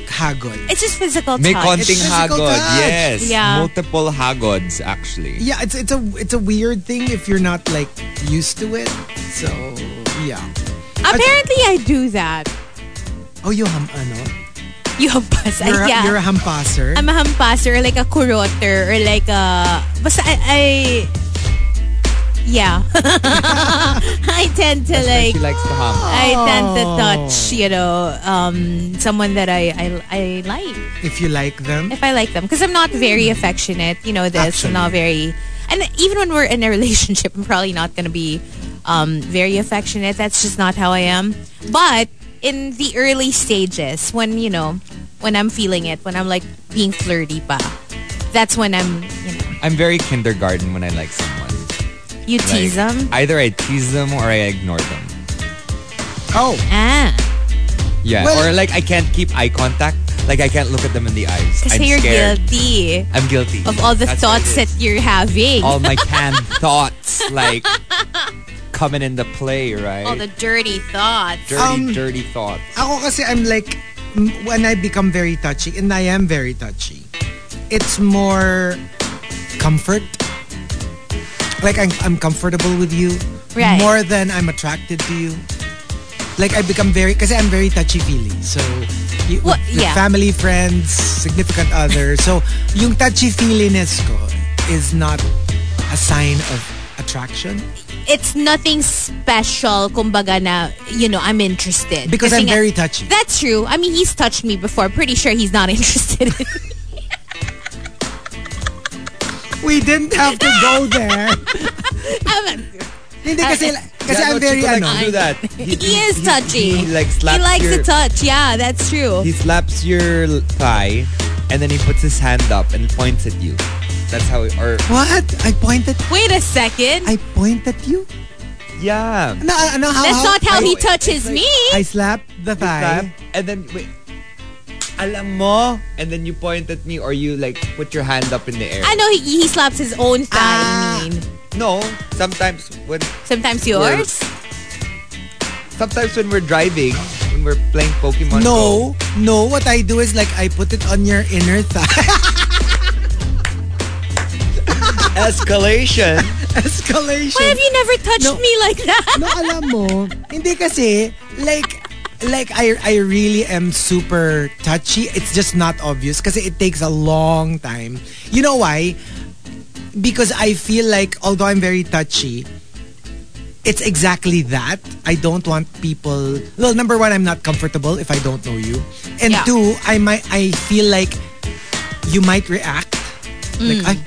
hagol.
It's just physical
May
touch.
konting
It's physical
hagod.
touch.
Yes.
Yeah.
Multiple hagods, actually.
Yeah, it's it's a it's a weird thing if you're not like used to it. So yeah.
Apparently, I do that.
Oh, you ham ano?
You hampas. I-
You're, a-
yeah.
you're a hampasser.
I'm a hampasser, like a kuroter, or like a... Basta I... I yeah. I tend to like...
She likes to hum.
I tend
Oh.
to touch, you know, um, someone that I, I, I like.
if you like them.
if I like them. Because I'm not very affectionate. You know this. I'm not very. And even when we're in a relationship, I'm probably not going to be um, very affectionate. That's just not how I am. But in the early stages, when, you know, when I'm feeling it, when I'm like being flirty pa, that's when I'm, you know,
I'm very kindergarten when I like someone.
you tease
Like,
them.
Either I tease them or I ignore them.
Oh,
Ah,
Yeah.
Well-
or like I can't keep eye contact. Like I can't look at them in the eyes.
because
I'm
you're
scared.
guilty
I'm guilty.
of all the
That's what
thoughts
it
that
is.
you're having.
all my canned thoughts like coming into play, right?
all the dirty thoughts.
dirty,
Um,
dirty thoughts.
ako kasi I'm like m- when I become very touchy and I am very touchy. It's more comfort. Like I'm, I'm comfortable with you
Right.
more than I'm attracted to you. Like I become very because I'm very touchy feely. So you,
Well,
with- with
yeah.
family, friends, significant other. so yung touchy feeliness ko is not a sign of attraction.
it's nothing special kumbaga na you know I'm interested
Because
Kasi
I'm
nga-
very touchy.
That's true. I mean, he's touched me before. Pretty sure he's not interested. in-
We didn't have to go there.
I'm-
Hindi kasi kasi
Yeah, no,
I'm very
Chico likes
ano.
to do that. He,
he is touchy.
He, like slaps
He likes
your,
to touch. Yeah, that's true.
He slaps your thigh, and then he puts his hand up and points at you. That's how. It, or
What? I pointed.
Wait a second.
I point at you.
yeah.
No, uh, no. How,
that's
how,
not how
I,
he touches me.
I slap the
Slap,
thigh.
and then wait. Alam mo, and then you point at me, or you like put your hand up in the air.
I know he, he slaps his own
Ah.
thigh. I mean,
no, sometimes when
sometimes yours.
sometimes when we're driving, when we're playing Pokemon. Go,
No, no. What I do is like I put it on your inner thigh.
escalation.
Escalation.
Why have you never touched
No.
me like that?
no, alam mo, hindi kasi, like, like I, I really am super touchy. It's just not obvious kasi it takes a long time. You know why? Because I feel like, although I'm very touchy, it's exactly that. I don't want people. Well, number one, I'm not comfortable if I don't know you, and
Yeah.
two, I might I feel like you might react like ay,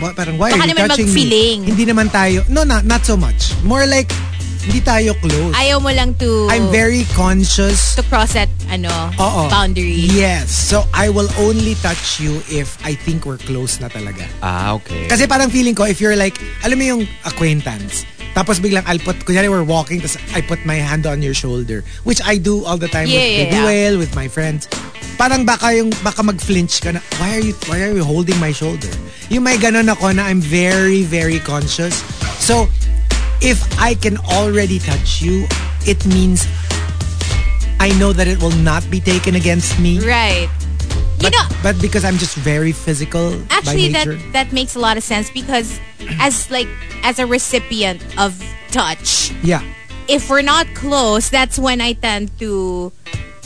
wa- parang why
Mm. Baka
are you
naman
touching
mag-feeling.
me? Hindi naman tayo. No, not, not so much. More like hindi tayo close.
Ayaw mo lang to.
I'm very conscious.
to cross that ano
Oo.
boundary.
Yes. So I will only touch you if I think we're close na talaga.
ah, okay.
Kasi parang feeling ko, if you're like, alam mo yung acquaintance, tapos biglang I'll put, kunyari we're walking, tapos I put my hand on your shoulder, which I do all the time
Yeah,
with
yeah,
the
yeah.
duel, with my friends. Parang baka yung, baka mag-flinch ka na, why are you, why are you holding my shoulder? Yung may ganun ako na I'm very, very conscious. So, if I can already touch you, it means I know that it will not be taken against me.
Right. You
But,
know,
but because I'm just very physical
actually
by
that
nature.
that makes a lot of sense because as like as a recipient of touch,
yeah.
if we're not close, that's when I tend to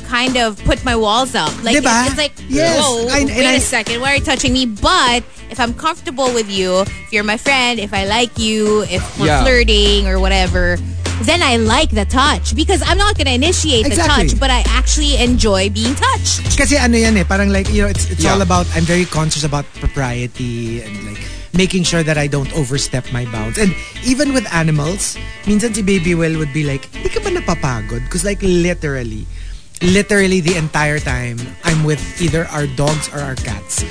kind of put my walls up. Like
Diba?
it's, it's like
Yes.
whoa,
I- and
wait
I-
a second, why are you touching me? But if I'm comfortable with you, if you're my friend, if I like you, if we're
Yeah.
flirting or whatever, then I like the touch because I'm not gonna initiate
Exactly.
the touch, but I actually enjoy being touched.
Kasi ano yan eh, parang like, you know, it's, it's
Yeah.
all about, I'm very conscious about propriety and like making sure that I don't overstep my bounds. And even with animals, minsan si Baby Will would be like, hindi ka ba napapagod? Because like literally, literally the entire time, I'm with either our dogs or our cats.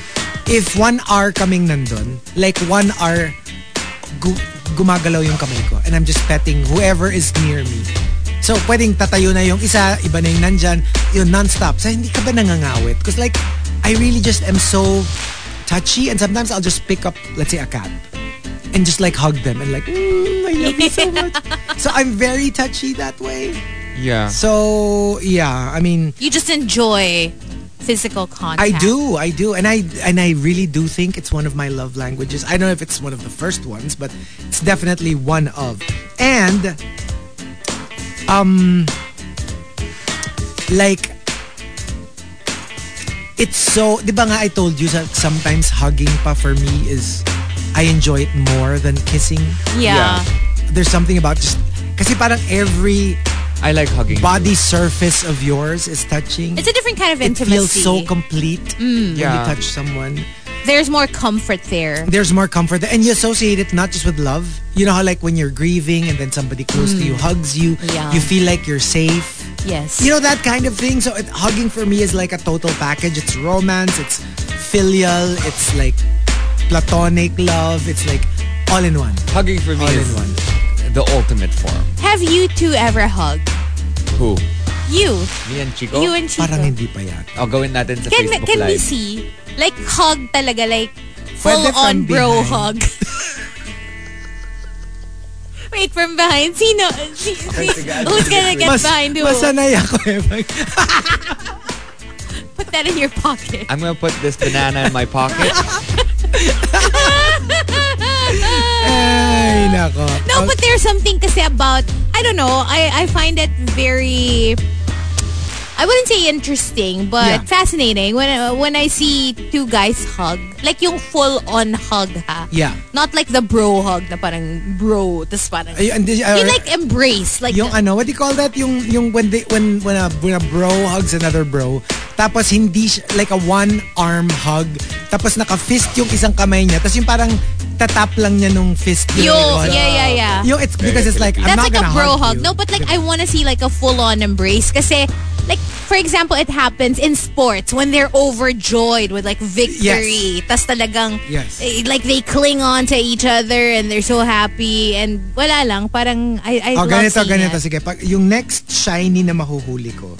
If one hour kaming nandun, like one hour gu- gumagalaw yung kamay ko and I'm just petting whoever is near me. So, pwedeng tatayo na yung isa, iba na yung nandyan, yun, non-stop. So, hindi ka ba nangangawit? Because like, I really just am so touchy and sometimes I'll just pick up, let's say, a cat and just like hug them and like, mm, I love you so much. so, I'm very touchy that way.
Yeah.
So, yeah, I mean,
You just enjoy physical contact.
I do, I do, and I and I really do think it's one of my love languages. I don't know if it's one of the first ones, but it's definitely one of. And um, like it's so. Di ba nga I told you that sometimes hugging pa for me is I enjoy it more than kissing.
Yeah.
There's something about just kasi parang every
I like hugging.
body surface of yours is touching.
It's a different kind of
it
intimacy.
feels so complete
Mm.
when
Yeah.
you touch someone.
There's more comfort there.
There's more comfort, and you associate it not just with love. You know how like when you're grieving, and then somebody close to you hugs you,
Mm. Yeah.
you feel like you're safe.
Yes.
You know that kind of thing. So it, hugging for me is like a total package. It's romance. It's filial. It's like platonic love. It's like all in one.
Hugging for me
All
is
in one.
the ultimate form.
Have you two ever hugged?
Who?
You.
Me and Chico?
You and Chico.
Parang hindi pa yan.
I'll go in natin sa
can
Facebook
can we
Live.
see? Like hug talaga like full
Pwede from
on bro
behind.
hug. Wait, from behind. Sino? Si, si, who's gonna get behind who?
masanay ako eh. Pag-
Put that in your pocket.
I'm gonna put this banana in my pocket.
Ay, nako.
No, but there's something kasi about, I don't know, I, I find it very, I wouldn't say interesting, but
Yeah.
fascinating when, I- when I see two guys hug. Like yung full-on hug, ha?
Yeah.
Not like the bro hug na parang bro, tas parang,
Ay, and did-
you
or-
like embrace, like,
Yung ano, what do you call that? Yung, yung when, they, when, when, a, when a bro hugs another bro, tapos hindi siya, like a one-arm hug, tapos naka-fist yung isang kamay niya, tapos yung parang tatap lang niya nung fist. niya.
Yo,
Yung-
yeah, yeah, yeah.
Yung it's because it's like, I'm
That's
not
like
gonna
a bro hug.
hug, you.
No, but like I want to see like a full on embrace. Kasi like for example, it happens in sports when they're overjoyed with like victory. Tas talagang
Yes.
eh, like they cling on to each other and they're so happy and wala lang parang I I
Oh,
love
ganito,
seeing
ganito.
it.
Sige, pag, yung next shiny na mahuhuli ko,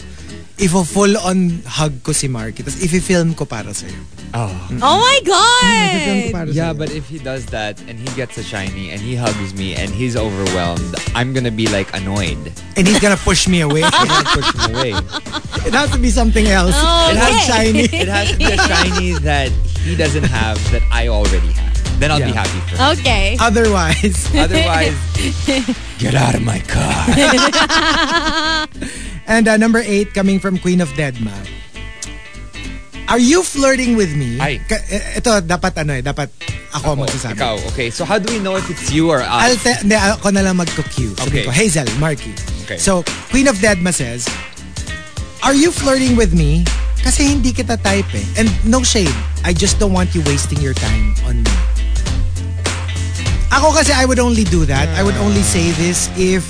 if full on hug ko si Marky, tapos if-film ko para sa'yo.
Oh my
Film ko
god.
para
yeah,
sa'yo.
but if he does that and he gets a shiny and he hugs me and he's overwhelmed, I'm gonna be like annoyed.
And he's gonna push me away.
I'm gonna push him away.
it has to be something else.
Oh,
It has shiny.
It has to be a shiny that he doesn't have that I already have. Then I'll be
Yeah.
happy for him.
Okay.
Otherwise,
Otherwise, get out of my car.
And uh, number eight, coming from Queen of Deadma. Are you flirting with me?
Ay.
Ka- eh, ito, dapat ano eh, dapat ako,
Oh,
magsasabi.
ikaw, okay. So how do we know if it's you or
I'll
us?
te- hindi, ah, ako na lang magko-cue. Sabi
Ah. Okay.
ko, Hazel, Marky.
Okay.
So, Queen of Deadma says, Are you flirting with me? Kasi hindi kita type eh. And no shade. I just don't want you wasting your time on me. Ako kasi I would only do that. I would only say this if,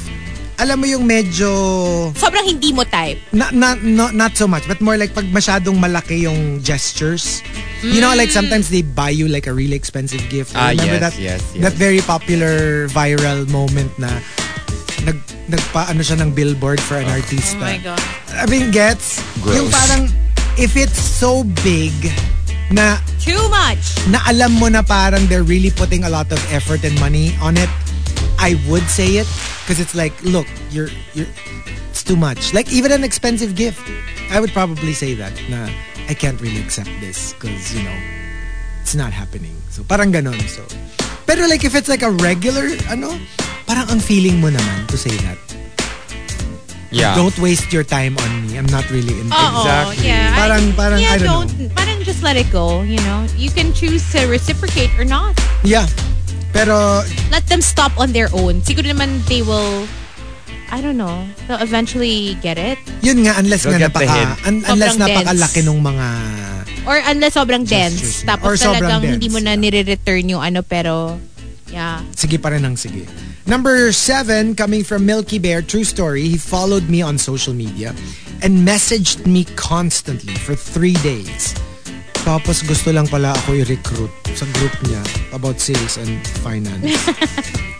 alam mo yung medyo
Sobrang hindi mo type.
not, not, not, not so much, but more like pag masyadong malaki yung gestures. You know, like sometimes they buy you like a really expensive gift.
Ah,
I
yes,
remember that
yes, yes.
that very popular viral moment na nag nagpa ano siya ng billboard for an artista.
Oh my God.
I mean, gets
Oh. Gross.
yung parang if it's so big na
Too much.
na alam mo na parang they're really putting a lot of effort and money on it, I would say it because it's like, look, you're you're it's too much. Like even an expensive gift, I would probably say that. Na I can't really accept this because you know it's not happening. So parang ganon. So, pero like if it's like a regular ano, parang ang feeling mo naman to say that.
yeah.
Don't waste your time on me. I'm not really in.
Uh-oh,
Exactly.
Yeah.
Parang-
I-
parang,
yeah,
I don't
don't parang just let it go, you know. You can choose to reciprocate or not.
Yeah. Pero
let them stop on their own. Siguro naman they will, I don't know, they'll eventually get it.
Yun nga, unless
They'll
nga
get the
napaka,
hint.
un- unless
Sobrang
napakalaki
dense.
nung mga
Or unless sobrang dense.
true.
Tapos
Or sobrang
talagang
dense,
hindi mo na
yeah.
nire-return yung ano, pero yeah.
Sige pa rin ang sige. Number seven, coming from Milky Bear, true story. He followed me on social media and messaged me constantly for three days. Tapos gusto lang pala ako i-recruit sa group niya about sales and finance.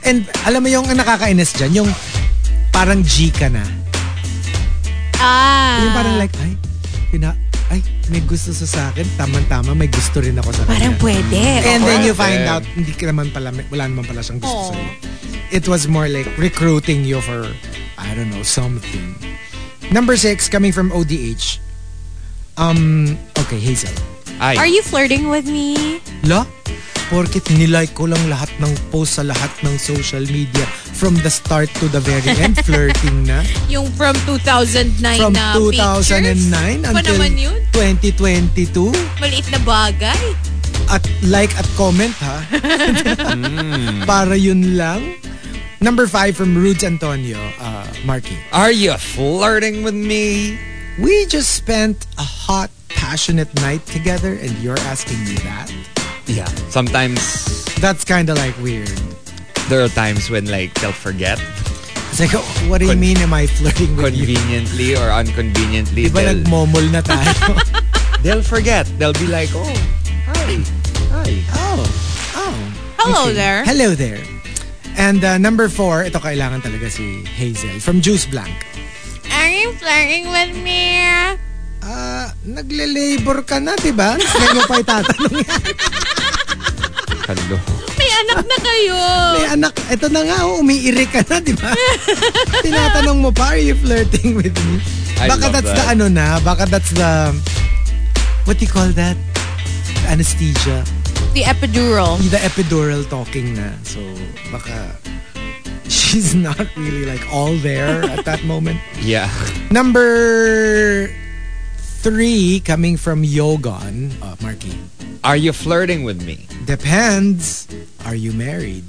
and alam mo yung nakakainis dyan, yung parang G ka na.
Ah.
Yung parang like, ay, pina, ay, may gusto sa sa akin. Tama-tama, may gusto rin ako sa
Parang
kanya.
pwede.
And then you find
Pwede.
out, hindi ka naman pala, wala naman pala siyang gusto
Oo.
sa'yo. It was more like recruiting you for, I don't know, something. Number six, coming from ODH. Um, okay, Hazel.
Ay.
Are you flirting with me?
La? Porkit nilike ko lang lahat ng post sa lahat ng social media from the start to the very end, flirting na.
Yung from 2009
From
na
2009
pictures? Ano ba
until
naman yun?
2022.
Maliit na bagay.
at like at comment ha. Para yun lang. Number five from Rudes Antonio, uh, Marky.
Are you flirting with me?
We just spent a hot, passionate night together and you're asking me that?
Yeah. Sometimes
That's kind of like weird.
there are times when like they'll forget
It's like, oh, what do you
Con-
mean am I flirting with you?
conveniently or unconveniently.
Diba
They'll,
nagmomol na tayo?
they'll forget. They'll be like, oh, hi, hi.
oh, oh.
Hello there.
Hello there. And uh, number four, ito kailangan talaga si Hazel from Juice Blank.
Are you flirting with me?
Ah, nagle-labor ka na, di ba? May mo pa itatanong yan.
Hello.
May anak na kayo.
May anak, eto na nga, oh, umiiri ka na, di ba? Tinatanong mo pa, are you flirting with me?
I
baka
love
that's the
that.
ano na, baka that's the, what do you call that? Anesthesia.
The epidural.
The epidural talking na. So, baka, she's not really like all there at that moment.
Yeah.
Number three, coming from Yogon, uh, Marky.
Are you flirting with me?
Depends. Are you married?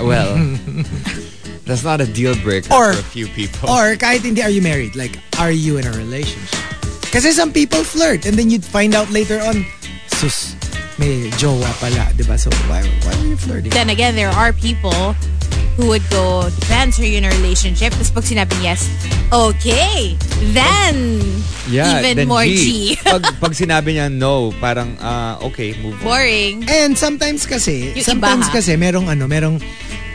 Well, that's not a deal breaker
Or-
for a few people.
Or kahit hindi, are you married? Like, are you in a relationship? Kasi some people flirt and then you'd find out later on, sus, may jowa pala, di ba? So, why, why were you flirting?
Then again, there are people who would go, depends, are you in a relationship? Tapos pag sinabing yes, okay, then
yeah,
even
then
more
G.
G.
pag, pag sinabi niya no, parang ah, okay, move on.
Boring.
And sometimes kasi,
Yung iba,
sometimes
ha?
kasi merong ano, merong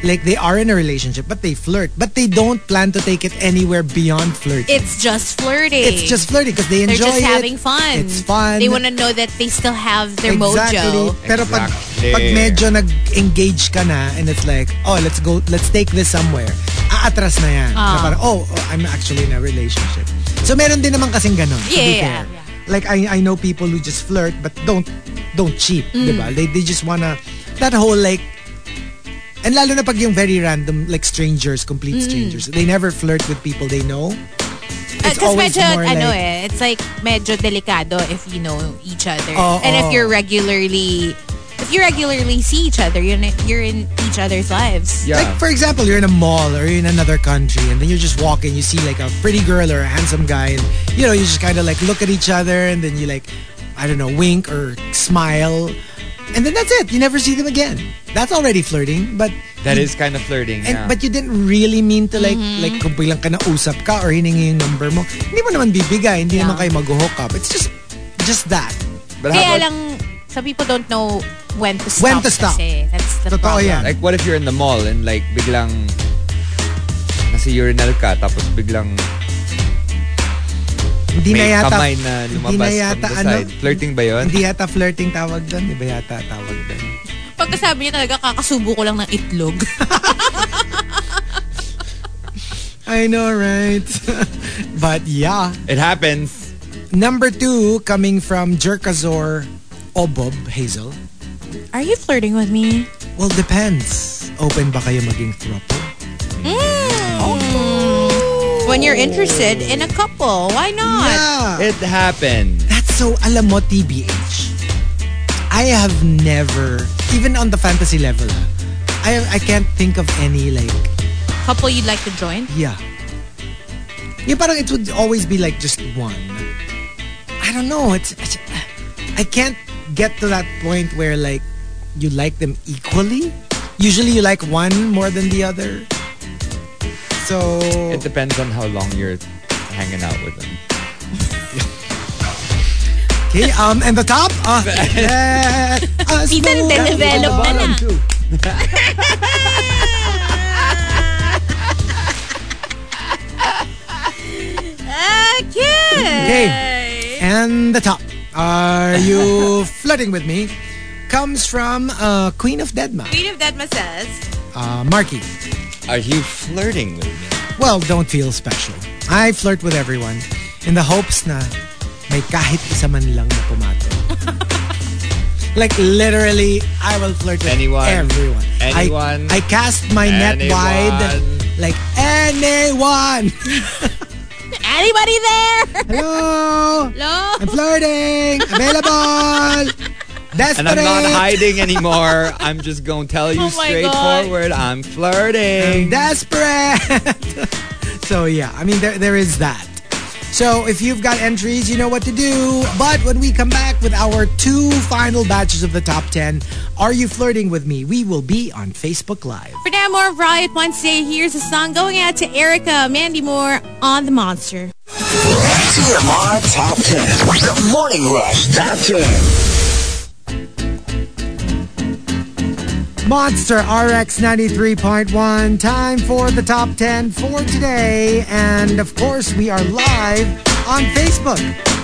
like they are in a relationship but they flirt but they don't plan to take it anywhere beyond flirting.
It's just flirting.
It's just flirting because they
They're
enjoy it.
just having fun.
It's fun.
They want to know that they still have their mojo. Uh,
Pero pag,
Exactly.
pag medyo nag-engage ka na and it's like, oh, let's go, let's take this somewhere. Aatras na yan.
Ah.
Na parang, oh, oh, I'm actually in a relationship. So meron din naman kasing ganun. to be fair.
Yeah, yeah.
Like I I know people who just flirt but don't don't cheat,
Mm.
'di ba? They they just wanna that whole like And lalo na pag yung very random like strangers, complete
Mm.
strangers. They never flirt with people they know. It's
Because
always
Ah, medyo,
more
ano
like-
eh, it's like medyo delikado if you know each other.
Oo.
And if you're regularly, if you regularly see each other, you're in, you're in each other's lives.
Yeah.
Like for example, you're in a mall or you're in another country, and then you're just walking, you see like a pretty girl or a handsome guy, and you know you just kind of like look at each other, and then you like, I don't know, wink or smile, and then that's it. You never see them again. That's already flirting, but
that is kind of flirting.
and
yeah.
but you didn't really mean to like like kung biglang ka nausap ka or hiningi yung number mo, hindi mo naman bibigay, hindi
Yeah.
naman kayo mag-hook up. It's just just that.
But how
Kaya
about-
lang, some people don't know when to stop.
When to stop.
Kasi. That's the
Totoo
problem.
yan.
Like, what if you're in the mall and like, biglang nasa urinal ka, tapos biglang
Hindi na
may
yata
kamay na
hindi na
lumabas from
yata
the
ano,
side. Flirting ba yun?
Hindi yata flirting tawag doon, di ba yata tawag doon?
Pagkasabi niya talaga, kakasubo ko lang ng itlog.
I know, right? but yeah.
It happens.
Number two, coming from Jerkazor Obob, Hazel.
Are you flirting with me?
Well, depends. Open ba kayo maging throuple?
Hmm.
Oh.
When you're interested in a couple, why not?
Yeah.
It happened.
That's so, alam mo, TBH. I have never, even on the fantasy level, ah, I, I can't think of any like,
Couple you'd like to join?
yeah. Yung parang it would always be like just one. I I don't know. It's, it's I can't get to that point where like you like them equally. Usually, you like one more than the other. So
It depends on how long you're hanging out with them.
okay, um, and the top. Uh, let us
Peter,
move on.
develop na na. Uh,
Okay.
Okay.
And the top. Are you flirting with me? Comes from uh, Queen of Deadma,
Queen of Deadma says,
uh, Marky.
Are you flirting with me?
Well, don't feel special. I flirt with everyone in the hopes na may kahit isa man lang na pumato. like literally, I will flirt with
Anyone.
everyone. I-
Anyone.
I, cast my net
Anyone.
wide. Like anyone.
anybody there?
Hello.
Hello?
I'm flirting. Available. Desperate.
And I'm not hiding anymore. I'm just gonna tell you
Oh my
straightforward. I'm
I'm
flirting.
desperate. so yeah, I mean there there is that. So if you've got entries, you know what to do. But when we come back with our two final batches of the top 10, are you flirting with me? We will be on Facebook Live.
For now, more of Riot Wednesday. Here's a song going out to Erica Mandy Moore on The Monster.
TMR Top 10. The Morning Rush Top 10.
Monster RX 93.1, time for the top 10 for today. And of course, we are live on Facebook.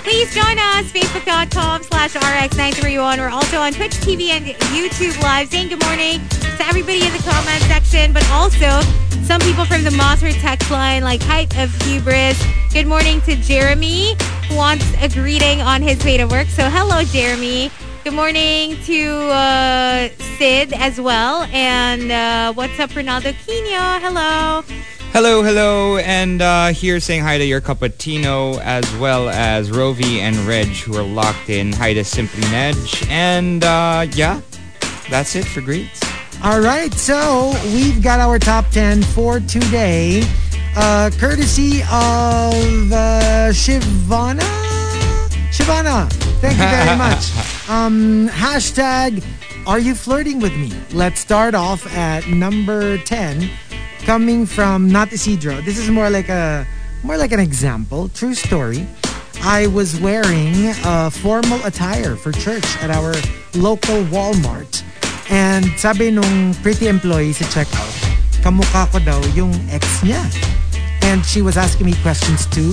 Please join us, facebook.com slash rx931. We're also on Twitch TV and YouTube Live. Saying good morning to everybody in the comment section, but also some people from the Monster text line, like Height of Hubris. Good morning to Jeremy, who wants a greeting on his way to work. So hello, Jeremy. Good morning to uh, Sid as well. And uh, what's up, Ronaldo Quino? Hello.
Hello, hello, and uh, here saying hi to your cappuccino as well as Rovi and Reg who are locked in. Hi to Simply Nedge. And uh, yeah, that's it for greets.
All right, so we've got our top 10 for today, uh, courtesy of uh, Shivana. Shivana, thank you very much. um, hashtag, are you flirting with me? Let's start off at number 10, coming from Not Isidro. This is more like a more like an example, true story. I was wearing uh, formal attire for church at our local Walmart. And sabi nung pretty employee sa checkout, kamukha ko daw yung ex niya. And she was asking me questions too.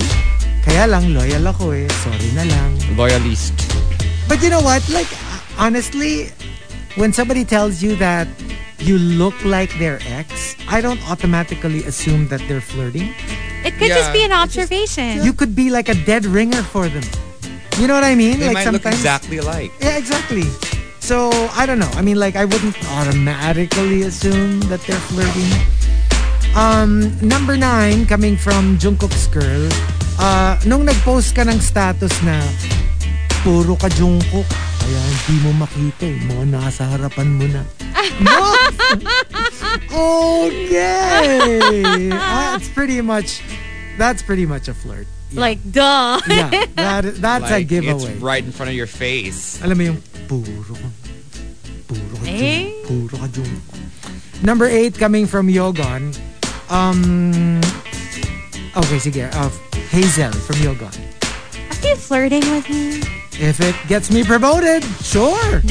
Kaya lang, loyal ako eh. Sorry na lang.
Loyalist.
But you know what? Like, honestly, when somebody tells you that you look like their ex, I don't automatically assume that they're flirting.
It could
Yeah.
just be an observation.
You could be like a dead ringer for them. You know what I mean?
They
like
might look
sometimes.
exactly alike.
Yeah, exactly. So I don't know. I mean, like I wouldn't automatically assume that they're flirting. Um, number nine, coming from Jungkook's girl, uh, nung nag-post ka ng status na puro ka Jungkook, kaya hindi mo makita eh. Mga nasa harapan mo na. No! okay! That's pretty much, that's pretty much a flirt.
Like, duh.
Yeah, that, that's a
Like,
giveaway.
It's right in front of your face.
Alam mo yung puro ka, puro ka dyan,
Eh?
puro ka dyan. Number eight coming from Yogon. Um, okay, sige. Uh, Hazel from Yogon.
Are you flirting with me?
If it gets me promoted, sure.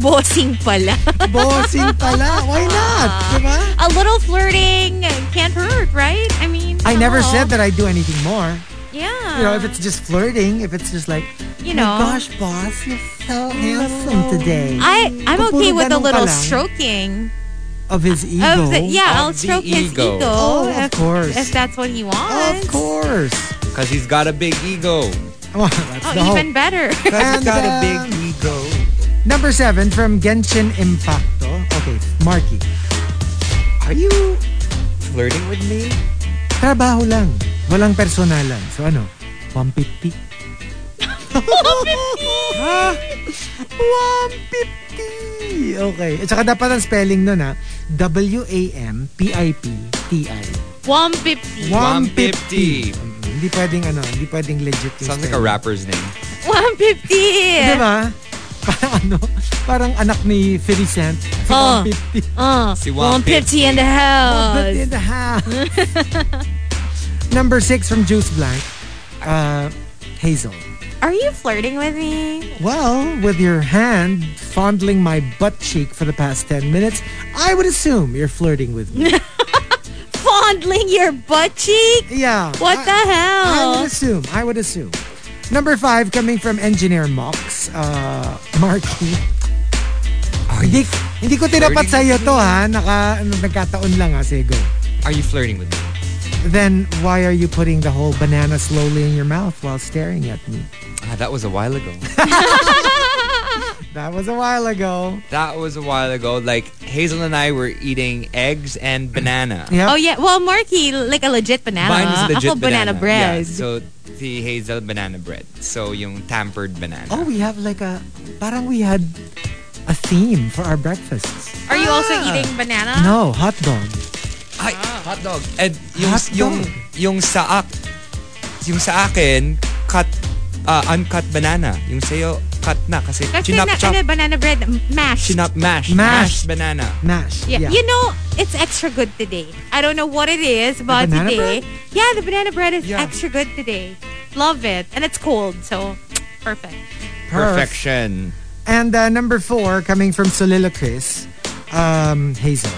Bossing pala.
Bossing pala. Why not? Diba?
A little flirting can't hurt, right? I mean,
I never
hello.
said that I'd do anything more.
Yeah.
You know, if it's just flirting, if it's just like,
You know.
"Oh my gosh, boss, you're so handsome today.
Oh. I, I'm
Kung
okay
puro
with a
ganun pa
little
lang.
stroking.
Of his ego.
Of the,
Of
yeah, I'll
the
stroke his
ego.
ego.
Oh, of
if,
course.
If that's what he
Of
wants.
course.
Because he's got a big ego.
Well, that's
Oh,
the hope.
even better.
Because he's got a
um,
big ego.
Number seven from Genshin Impacto. Okay, Marky.
Are you flirting with me?
Trabaho lang. Walang personalan. So ano? 150. 150! ha? 150! Okay. At saka dapat ang spelling nun ha. W-A-M-P-I-P-T-I.
150.
150.
150. Hindi pwedeng ano, hindi pwedeng legit yung
Sounds like a rapper's name.
150.
Di ba? Parang ano, parang anak ni 50 Cent. Si
Oh.
150.
Uh,
Si
150 in
But in
the house.
the house. Number six from Juice Blank. Uh, Hazel.
Are you flirting with me?
Well, with your hand fondling my butt cheek for the past 10 minutes, I would assume you're flirting with me.
Fondling your butt cheek?
yeah. I-
What the hell?
I would assume. I would assume. Number five coming from Engineer Mox, uh, Marky. Hindi, hindi ko tinapat sa'yo to ha. Naka, ano, nagkataon lang ha, Sego.
Are you flirting with me?
Then why are you putting the whole banana slowly in your mouth while staring at me?
Ah, that was a while ago.
That was a while ago.
that was a while ago. Like Hazel and I were eating eggs and banana.
Yep.
Oh yeah, well Marky like a legit banana.
Mine is legit
Ako banana, bread.
Yeah, so the Hazel banana bread. So yung tampered banana.
Oh, we have like a parang we had a theme for our breakfasts.
Are you also eating banana?
No, hot dog.
Ay, Ah. hot dog. And yung
Hot dog.
yung yung sa ak yung sa akin cut ah, uncut banana. Yung sa'yo, cut na kasi
Kasi
chinap
na,
chop.
ano, banana bread mashed.
Chinap mash.
Mashed.
banana.
Mash.
Yeah. You know, it's extra good today. I don't know what it is, but
banana
today,
bread?
yeah, the banana bread is
Yeah.
extra good today. Love it, and it's cold, so perfect.
Perfection.
And uh, number four coming from Soliloquist, um, Hazel.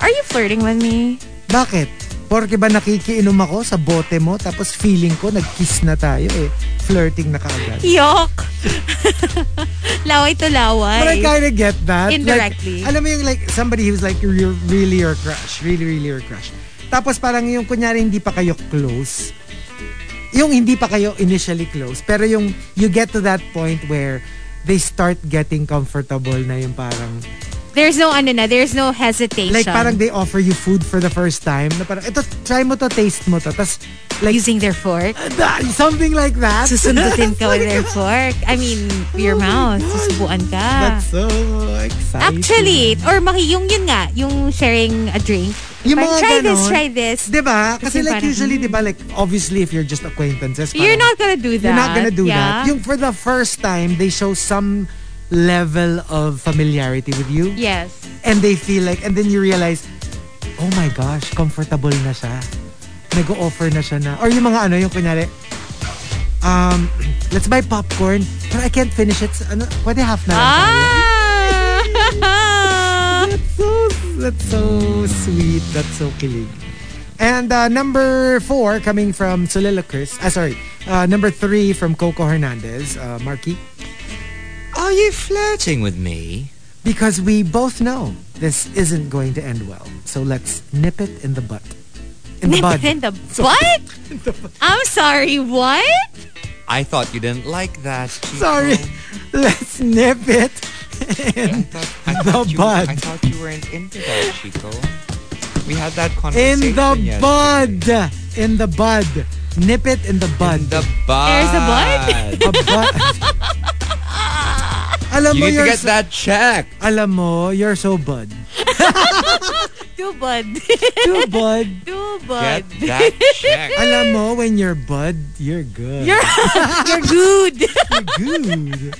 Are you flirting with me?
Bakit? Porque ba nakikiinom ako sa bote mo tapos feeling ko nag-kiss na tayo eh. Flirting na kaagad.
Yuck. laway to
But I
laway.
kind of get that.
Indirectly.
Like, alam mo yung like, somebody who's like, you're really your crush. Really, really your crush. Tapos parang yung kunyari hindi pa kayo close. Yung hindi pa kayo initially close. Pero yung you get to that point where they start getting comfortable na yung parang
There's no ano na, there's no hesitation.
like parang they offer you food for the first time na parang ito try mo to taste mo to tas like
using their fork.
something like that
Susundutin ka with their fork. I mean, your mouth. Susubuan ka.
Oh that's so exciting
Actually, or maki, yung yun nga, yung sharing a drink.
Yung
Parang,
mga
try this,
ganon.
try this.
Diba? Kasi,
Kasi
like
parang, hmm.
usually, diba, like obviously if you're just acquaintances,
You're
parang-
not gonna do that.
you're not gonna do
yeah?
that. Yung for the first time, they show some level of familiarity with you
Yes.
and they feel like, and then you realize, oh my gosh, comfortable na siya. Nag-offer na siya na. Or yung mga ano, yung kunyari, um, let's buy popcorn, but I can't finish it. So, Ano, pwede half na lang tayo.
Ah!
That's so, that's so sweet. That's so kilig. And uh, number four coming from Soliloquist. Ah, sorry. Uh, number three from Coco Hernandez, uh, Marky.
Are you flirting with me?
Because we both know this isn't going to end well. So let's nip it in the butt. In the
Nip
bud.
it in the butt? I'm sorry, what?
I thought you didn't like that. Chico.
Sorry. Let's nip it.
I
in-
thought, I thought you,
bud.
I thought you weren't into that, Chico. We had that
In
conversation.
the
yesterday.
bud. In the bud. Nip it in the bud.
In the bud.
There's a
bud.
A bud. Alam
you
mo
need to
you're
get
so,
that check.
alam mo you're so bud.
Do bud.
Too bud.
Do
Get
bud.
that check.
Alam mo when you're bud, you're good.
You're, you're good.
good.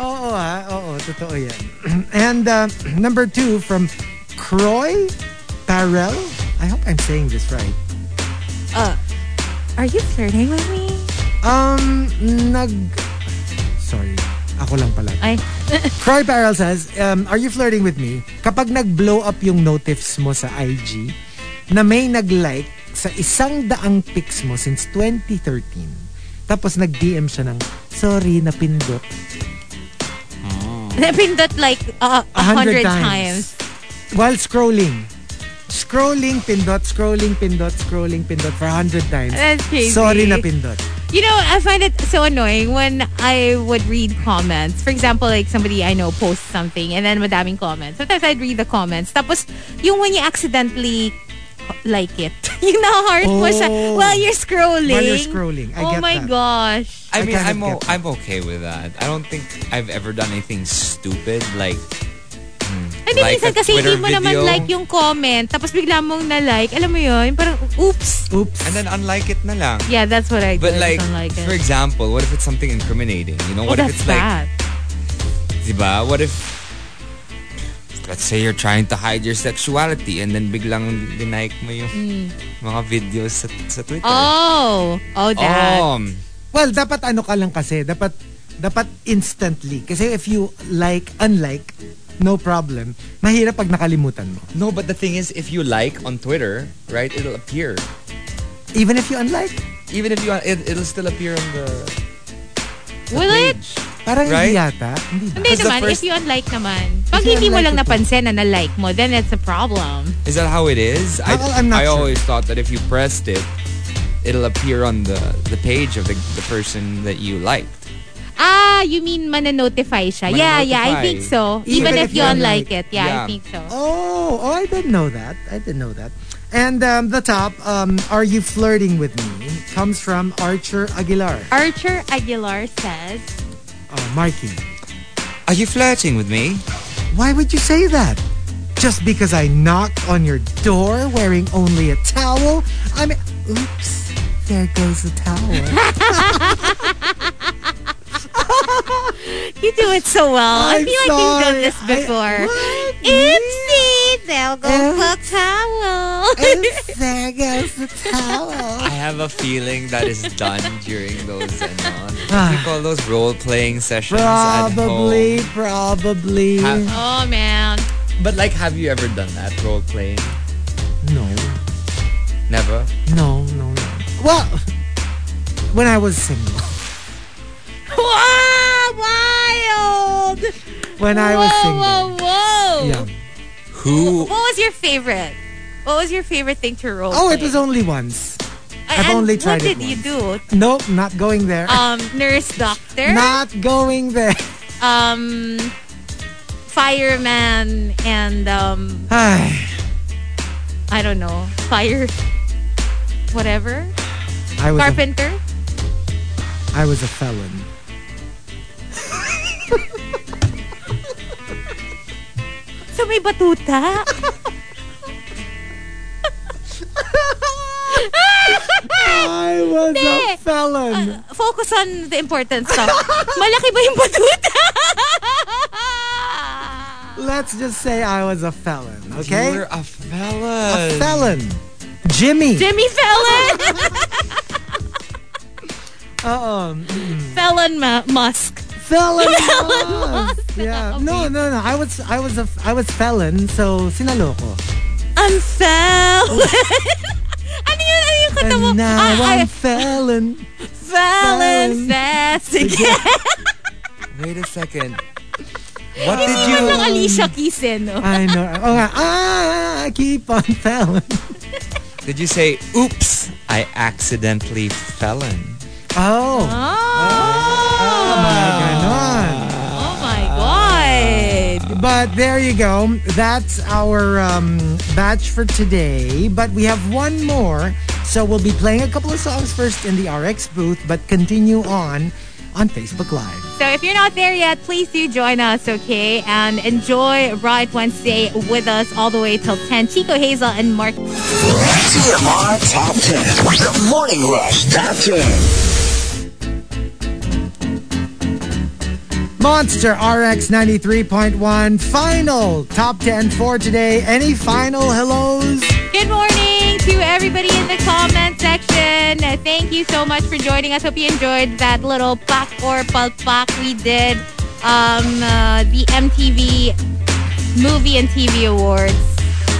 Oo ha, oo, totoo yan. And uh, number two from Croy Parel. I hope I'm saying this right.
Are you flirting with me?
Um, nag... Sorry, ako lang pala.
Ay.
Croy Parel says, um, are you flirting with me? Kapag nag-blow up yung notifs mo sa IG na may nag-like sa isang daang pics mo since 2013, tapos nag-DM siya ng, sorry, napindot.
Napindot like uh, a hundred times.
While scrolling. Scrolling, pindot, scrolling, pindot, scrolling, pindot for a hundred times.
That's crazy.
Sorry na pindot.
You know, I find it so annoying when I would read comments. For example, like somebody I know posts something and then madaming comments. Sometimes I'd read the comments. Tapos, yung when you accidently like it. yung na-heart mo siya
Oh.
while you're scrolling.
While you're scrolling. I
oh
get
my
that.
gosh.
I
I
mean,
kind of
I'm o-
get that.
I'm okay with that. I don't think I've ever done anything stupid. Like,
I Hindi,
like
minsan
a
kasi
Twitter
hindi mo naman
video.
like yung comment, tapos bigla mong na-like. Alam mo yun? Parang, oops.
Oops.
And then unlike it na lang.
Yeah, that's what I do.
But
I
like,
just don't like it.
for example, what if it's something incriminating? You know,
oh,
what if
that's
it's like,
bad.
diba? What if, let's say you're trying to hide your sexuality and then biglang dinike mo yung mga videos sa, sa Twitter.
Oh, oh, that.
Um,
Well, dapat ano ka lang kasi. Dapat dapat instantly. Kasi if you like, unlike, no problem. Mahirap pag nakalimutan mo.
no, but the thing is, if you like on Twitter, right, it'll appear.
Even if you unlike.
Even if you, it, it'll still appear on the,
Will it?
Parang
Right?
hindi yata. Hindi ba?
Hindi
Because the
naman,
first-
if you unlike naman. Pag
you
hindi mo
unlike
lang
it,
napansin na na-like mo, then it's a problem.
is that how it is? I,
Well, I'm
I
not sure.
always thought that if you pressed it, it'll appear on the, the page of the, the person that you liked.
Ah, you mean mananotify siya? Yeah, yeah, I
Mananotify.
think so. Even, if, you unlike it. Yeah, I
Yeah.
think so.
Oh, oh, I didn't know that. I didn't know that. And um, the top, um, Are You Flirting With Me? comes from Archer Aguilar.
Archer Aguilar says,
Oh, Marky.
Are you flirting with me?
Why would you say that? Just because I knocked on your door wearing only a towel? I mean, oops, there goes the towel.
You do it so well.
Oh,
i
I'm
feel like you've done
sorry.
this
I-
before.
What?
Oopsie, there goes the
Oops.
towel.
oops, there goes the towel.
I have a feeling that is done during those ano, what do you call those role playing sessions
Ah. Probably,
at
probably.
home. Ha-
oh, man.
but like, have you ever done that role playing?
no,
Never.
no, no, no. Well, when I was single.
Wow, wild.
When I was
whoa,
single.
whoa, whoa.
Yeah.
Who?
What was your favorite? What was your favorite thing to roll?
Oh, it
play?
was only once.
I-
I've
and
only
What
tried
did
it
you do?
Nope, not going there.
Um, nurse, doctor,
Not going there.
um, fireman, and um,
Ay,
I don't know, fire, whatever,
I was a,
carpenter.
I was a felon.
So may batuta.
I was
Hindi.
a felon.
Focus on the important stuff. Malaki ba yung batuta?
Let's just say I was a felon, okay?
You're a
a
fella.
felon. Jimmy.
Jimmy Fallon!
Uh-oh.
Fallon Ma- Musk.
Felon. was. Ah, Yeah. No, no, no. I was I was a I was felon, so sinaloko.
I'm Fallon! ano yun? Ano yung kanta
Oh.
mo?
And now
Ah,
I'm
I,
felon.
Fallon
Fallon.
Fast again.
Wait a second. What did you?
Ang Alicia Keys eh, no?
I know. Oh, nga. ah, I keep on felon.
Did you say? Oops! I accidentally felon.
Ah.
Oh.
Oh!
Ganon.
Oh my God!
But there you go. That's our um, batch for today. But we have one more. So we'll be playing a couple of songs first in the RX booth, but continue on on Facebook Live.
So if you're not there yet, please do join us, okay? And enjoy Ride Wednesday with us all the way till 10. Chico Hazel and Mark.
TMR Top 10. The Morning Rush Top 10.
Monster RX 93.1 final top 10 for today. Any final hellos?
Good morning to everybody in the comment section. Uh, Thank you so much for joining us. Hope you enjoyed that little pack or palpak we did. Um, uh, the MTV Movie and TV Awards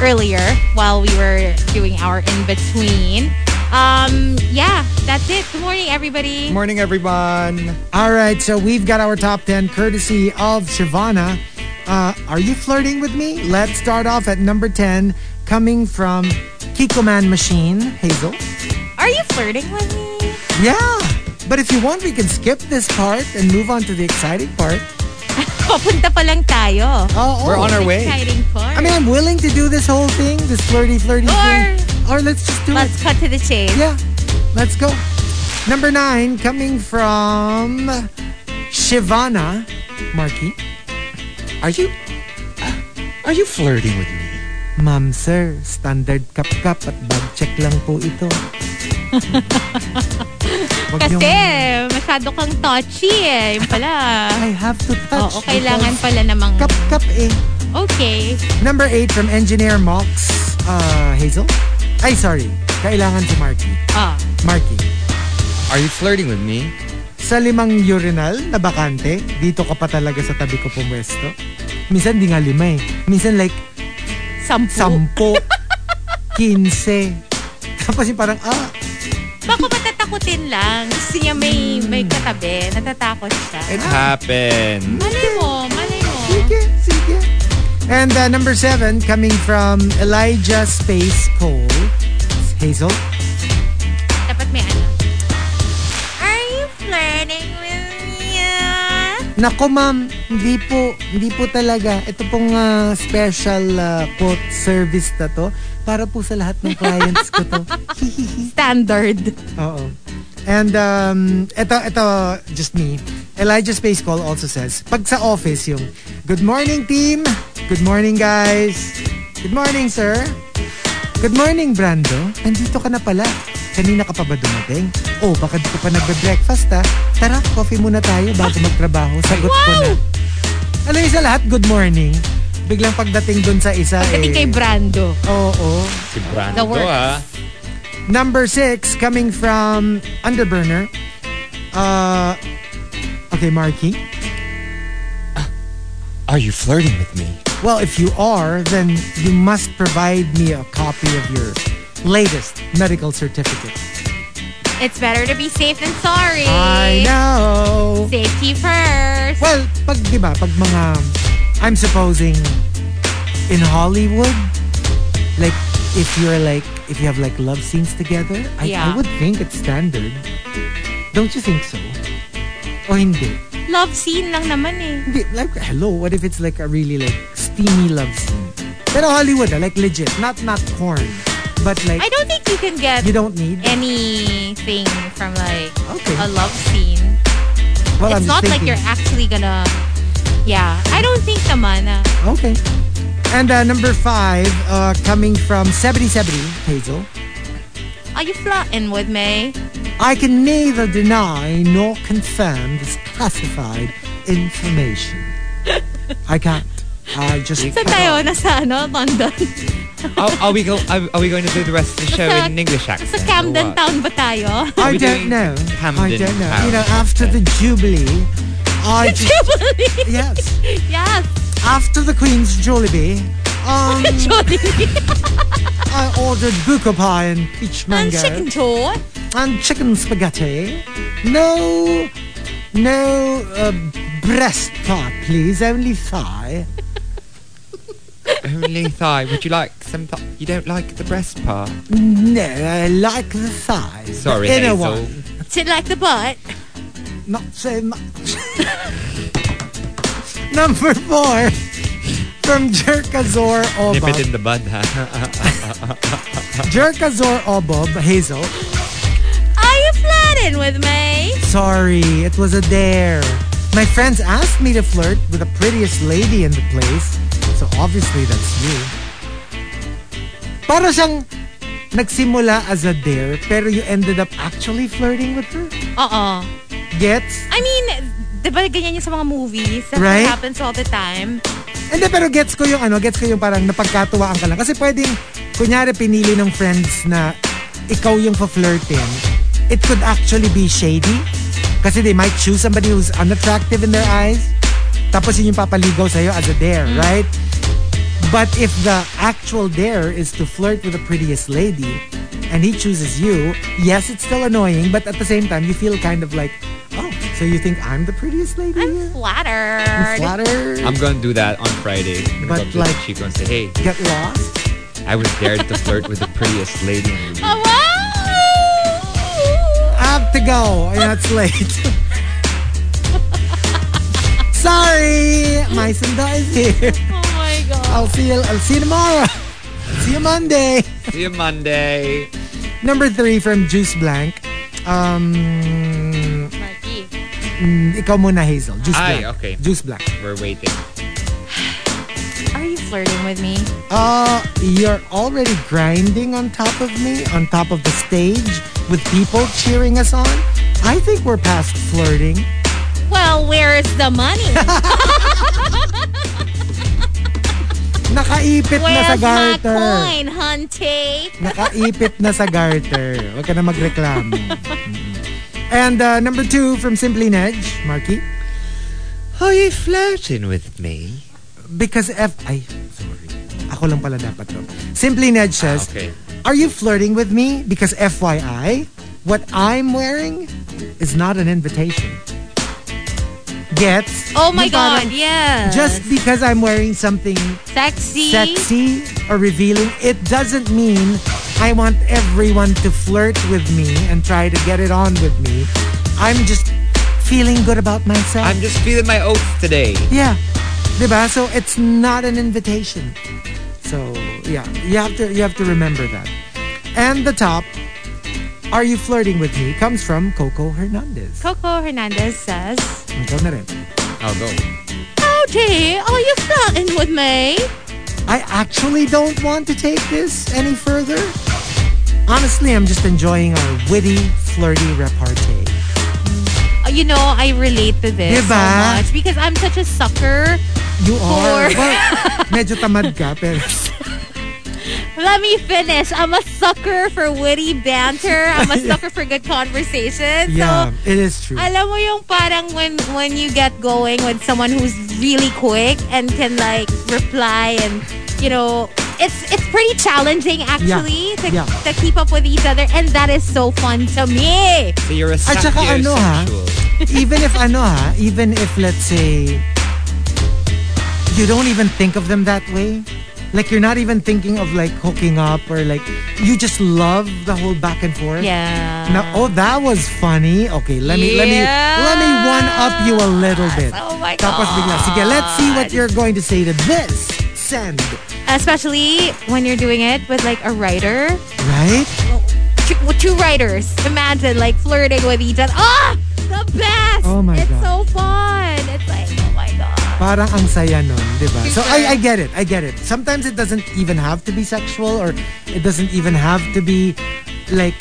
earlier while we were doing our in between. Um, yeah, that's it. Good morning, everybody.
Morning, everyone.
All right, so we've got our top 10 courtesy of Shivana. Uh, are you flirting with me? Let's start off at number 10, coming from Kiko Man Machine, Hazel.
Are you flirting with me?
Yeah. But if you want, we can skip this part and move on to the exciting part.
Papunta pa lang tayo.
Oh,
We're on our way.
Exciting part.
I mean, I'm willing to do this whole thing, this flirty, flirty
Or-
thing. Or let's just do
Let's
it.
cut to the chase.
Yeah. Let's go. Number nine, coming from Shivana Markey.
Are you? Are you flirting with me?
Ma'am, sir, standard cup-cup at bag check lang po ito. Wag niyong-
Kasi masyado kang touchy eh. Yung pala.
I have to touch.
Oo, kailangan pala namang...
because Cup-cup eh.
Okay.
Number 8 from Engineer Mox. Uh, Hazel? Ay, sorry. Kailangan si Marky.
Ah.
Marky.
Are you flirting with me?
Sa limang urinal na bakante, dito ka pa talaga sa tabi ko pumwesto. Minsan di nga lima eh. Minsan like
Sampu.
sampo, kinse. Tapos yung parang, ah,
Baka matatakutin lang. Gusto niya may, may katabi. Natatakot siya.
It happened.
Malay mo, malay mo.
sige, sige. And uh, number seven, coming from Elijah Space Cole. Hazel?
Dapat may ano. Are you flirting with me? ah?
Nako ma'am, hindi po, hindi po talaga. Ito pong ah, special ah, quote service na to para po sa lahat ng clients ko to.
Standard.
Oo. And um, ito, ito, just me. Elijah Space Call also says, pag sa office yung, Good morning, team! Good morning, guys! Good morning, sir! Good morning, Brando! Nandito ka na pala. Kanina ka pa ba dumating? Oh, baka di ko pa nagbe-breakfast, ha? Tara, coffee muna tayo bago magtrabaho. Sagot ko na. Alam niyo sa lahat, good morning. Biglang pagdating dun sa isa,
Pagdating
eh.
kay Brando.
Oo.
Si
The
Brando
works.
ah.
Number six, coming from Underburner. Uh, okay, Marky.
Uh, Are you flirting with me?
Well, if you are, then you must provide me a copy of your latest medical certificate.
It's better to be safe than sorry.
I
Eh.
know.
Safety first.
Well, pag, di ba, pag mga, I'm supposing, in Hollywood, like, if you're like, if you have like love scenes together, I,
Yeah.
I would think it's standard. Don't you think so? O hindi?
Love scene lang naman eh.
Hindi, like, hello, what if it's like a really like steamy love scene? Pero Hollywood, ah, like legit, not not porn, but like
I don't think you can get
you don't need.
anything from like
Okay.
a love scene.
well, I'm
it's
just
not like
thinking.
you're actually gonna. Yeah, I don't think naman. ah.
okay. And uh, number five, uh, coming from 7070, Hazel.
Are you flirting with me?
I can neither deny nor confirm this classified information. I can't. I just
Saan tayo? Nasa ano? London?
Are, are we go, are, are we going to do the rest of the show
Sa-
in English accent?
Sa
or what?
Camden Town ba tayo?
I
we doing
don't know. I
Camden
don't know.
Town?
You know, after the Jubilee, I just yes.
yes,
After the Queen's Jollibee, um,
Jollibee.
I ordered buka pie and peach
And
mango
chicken tour.
and chicken spaghetti. No, no uh, breast part, please. Only thigh.
Only thigh. Would you like some? Th- you don't like the breast part?
No, I like the thigh. the
Sorry,
inner
Hazel.
one.
Did like the butt.
Not so much. Number four from Jerkazor
Nip
Obob.
it in the bud, huh?
Jerkazor Obob, Hazel.
Are you flirting with me?
Sorry, it was a dare. My friends asked me to flirt with the prettiest lady in the place. So obviously that's you. Para siyang nagsimula as a dare, pero you ended up actually flirting with her?
Oo.
Gets?
I mean, di ba ganyan yung sa mga movies? That
Right?
happens all the time.
Hindi, pero gets ko yung ano, gets ko yung parang napagkatuwaan ka lang. Kasi pwedeng, kunyari pinili ng friends na ikaw yung pa-flirtin. It could actually be shady. Kasi they might choose somebody who's unattractive in their eyes. Tapos yun yung papaligaw sa'yo as a dare, right? But if the actual dare is to flirt with the prettiest lady and he chooses you, yes, it's still annoying, but at the same time, you feel kind of like, oh, so you think I'm the prettiest lady?
I'm
here?
flattered.
Flattered.
I'm gonna do that on Friday. I'm gonna go
But
up to
like-
the chico and say, "Hey,
Get lost.
I was dared to flirt with the prettiest lady in the
Oh,
room."
wow!
I have to go. And that's late. Sorry, my Sunda is here.
Oh my God.
I'll see you. I'll see you tomorrow. See you Monday.
See you Monday.
Number three from Juice Blank. Um,
Marky.
mm, ikaw muna Hazel. Juice
Ay,
Blank.
okay.
Juice Blank.
We're waiting.
Are you flirting with me?
Uh, you're already grinding on top of me, on top of the stage, with people cheering us on. I think we're past flirting.
Well, where is the money?
Nakaipit na sa
Where's my
garter.
coin, hunty?
Nakaipit na sa garter. Huwag ka na magreklamo. Mm. And uh, number two from Simply Nedge, Marky.
Are you flirting with me?
Because F... Ay, sorry. Ako lang pala dapat to. Simply Nedge says,
Ah, Okay.
Are you flirting with me? Because FYI, what I'm wearing is not an invitation. Gets?
Oh my
Yung parang,
god, yeah.
Just because I'm wearing something
sexy.
sexy or revealing, it doesn't mean I want everyone to flirt with me and try to get it on with me. I'm just feeling good about myself.
I'm just feeling my oats today.
yeah. Diba? So it's not an invitation. So yeah, you have to you have to remember that. And the top, Are You Flirting With Me? comes from Coco Hernandez.
Coco Hernandez says,
Ikaw na rin.
I'll go.
Howdy, Oh, are you flirting with me?
I actually don't want to take this any further. Honestly, I'm just enjoying our witty, flirty repartee.
Uh, You know, I relate to this
Diba?
so much because I'm such a sucker.
You are.
Poor.
Well, medyo tamad ka, pero
Let me finish. I'm a sucker for witty banter. I'm a sucker for good conversation.
yeah,
So,
it is true.
alam mo yung parang when when you get going with someone who's really quick and can like reply and you know it's it's pretty challenging actually to,
Yeah.
to keep up with each other and that is so fun to me.
So you're a
At saka ano, ha?
sapiosexual.
even if ano ha, even if let's say you don't even think of them that way, like you're not even thinking of like hooking up or like you just love the whole back and forth.
Yeah.
Now, oh, that was funny. Okay, let me let me let me one up you a little bit.
Oh my
Tapos bigla. Sige, let's see what you're going to say to this. Send.
Especially when you're doing it with like a writer.
Right?
Two, two writers. Imagine like flirting with each other. Ah! The best!
Oh my
it's
God.
so fun. It's like, oh my God.
Parang ang saya nun, di ba? So
Sure.
I, I get it. I get it. Sometimes it doesn't even have to be sexual or it doesn't even have to be like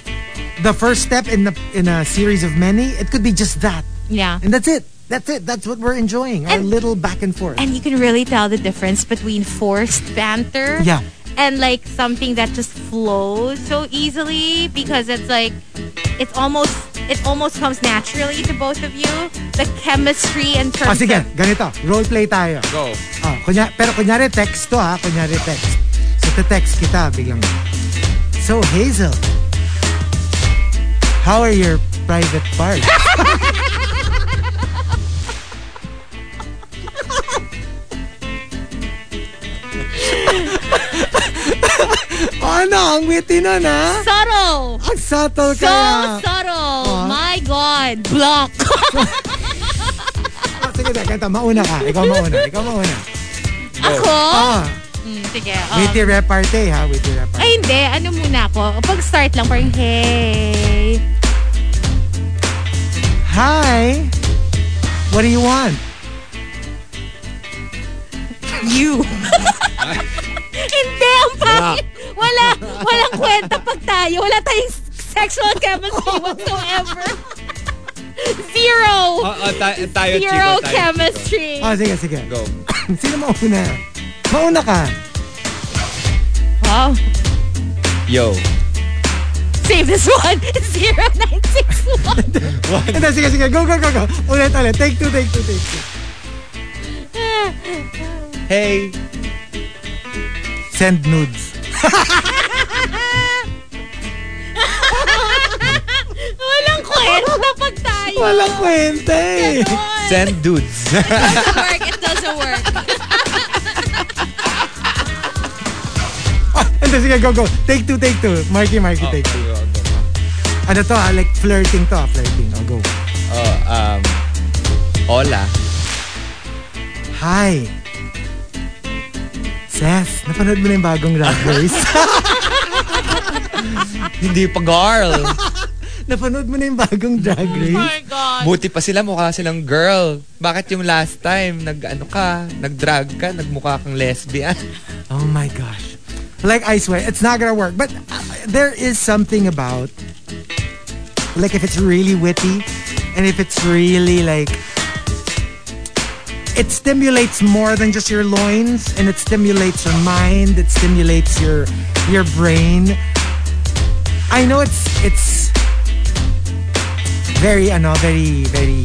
the first step in the in a series of many. It could be just that.
Yeah.
And that's it. That's it. That's what we're enjoying. Our
And-
little back and forth.
And you can really tell the difference between forced banter
Yeah.
and like something that just flows so easily because it's like it's almost it almost comes naturally to both of you. The chemistry and terms
Ah, sige,
of-
ganito. Role play tayo.
Go.
Ah, kunya, pero kunyari text to ha, kunyari text. So te-text kita biglang. So Hazel, how are your private parts? ano, ang witty na na.
subtle.
Ang subtle
So
kaya.
subtle. My God. Block.
Ah, sige, teka, teka, mauna ka. Ikaw mauna. Ikaw mauna.
Ako?
Ah,
Mm, sige. um,
witty repartee ha, witty repartee.
ay, hindi. Ano muna ako? Pag-start lang, parang, hey.
Hi. What do you want?
You. Hindi, ang pangit. Wala. Walang kwenta pag tayo. Wala tayong sexual chemistry whatsoever. Zero.
Uh, uh, ta- tayo,
Zero
Chico, tayo,
chemistry.
Ah, sige, sige.
Chico. Go.
Sino mauna? Mauna ka.
Oh,
Yo.
save this one. Zero nine six one.
Hindi, sige, sige. Go, go, go, go. Ulit, ulit. Take two, take two, take two.
Hey.
Send nudes.
Walang kwenta pag tayo.
Walang kwenta eh.
Ganon.
Send dudes.
doesn't work. It doesn't work.
Hindi, sige, go, go. Take two, take two. Marky, Marky,
Oh.
take two. Ano to ha? Like flirting to ha? Flirting. Oh, go.
Oh, um, hola.
Hi. Seth, napanood mo na yung bagong Drag Race?
Hindi pa, girl.
Napanood mo na yung bagong Drag
Oh
Race?
my God.
Buti pa sila, mukha silang girl. Bakit yung last time, nag-ano ka, nag-drag ka, nagmukha kang lesbian?
Oh my gosh. Like, I swear, it's not gonna work. But uh, there is something about, like, if it's really witty and if it's really, like, it stimulates more than just your loins and it stimulates your mind, it stimulates your your brain. I know it's it's very ano, very very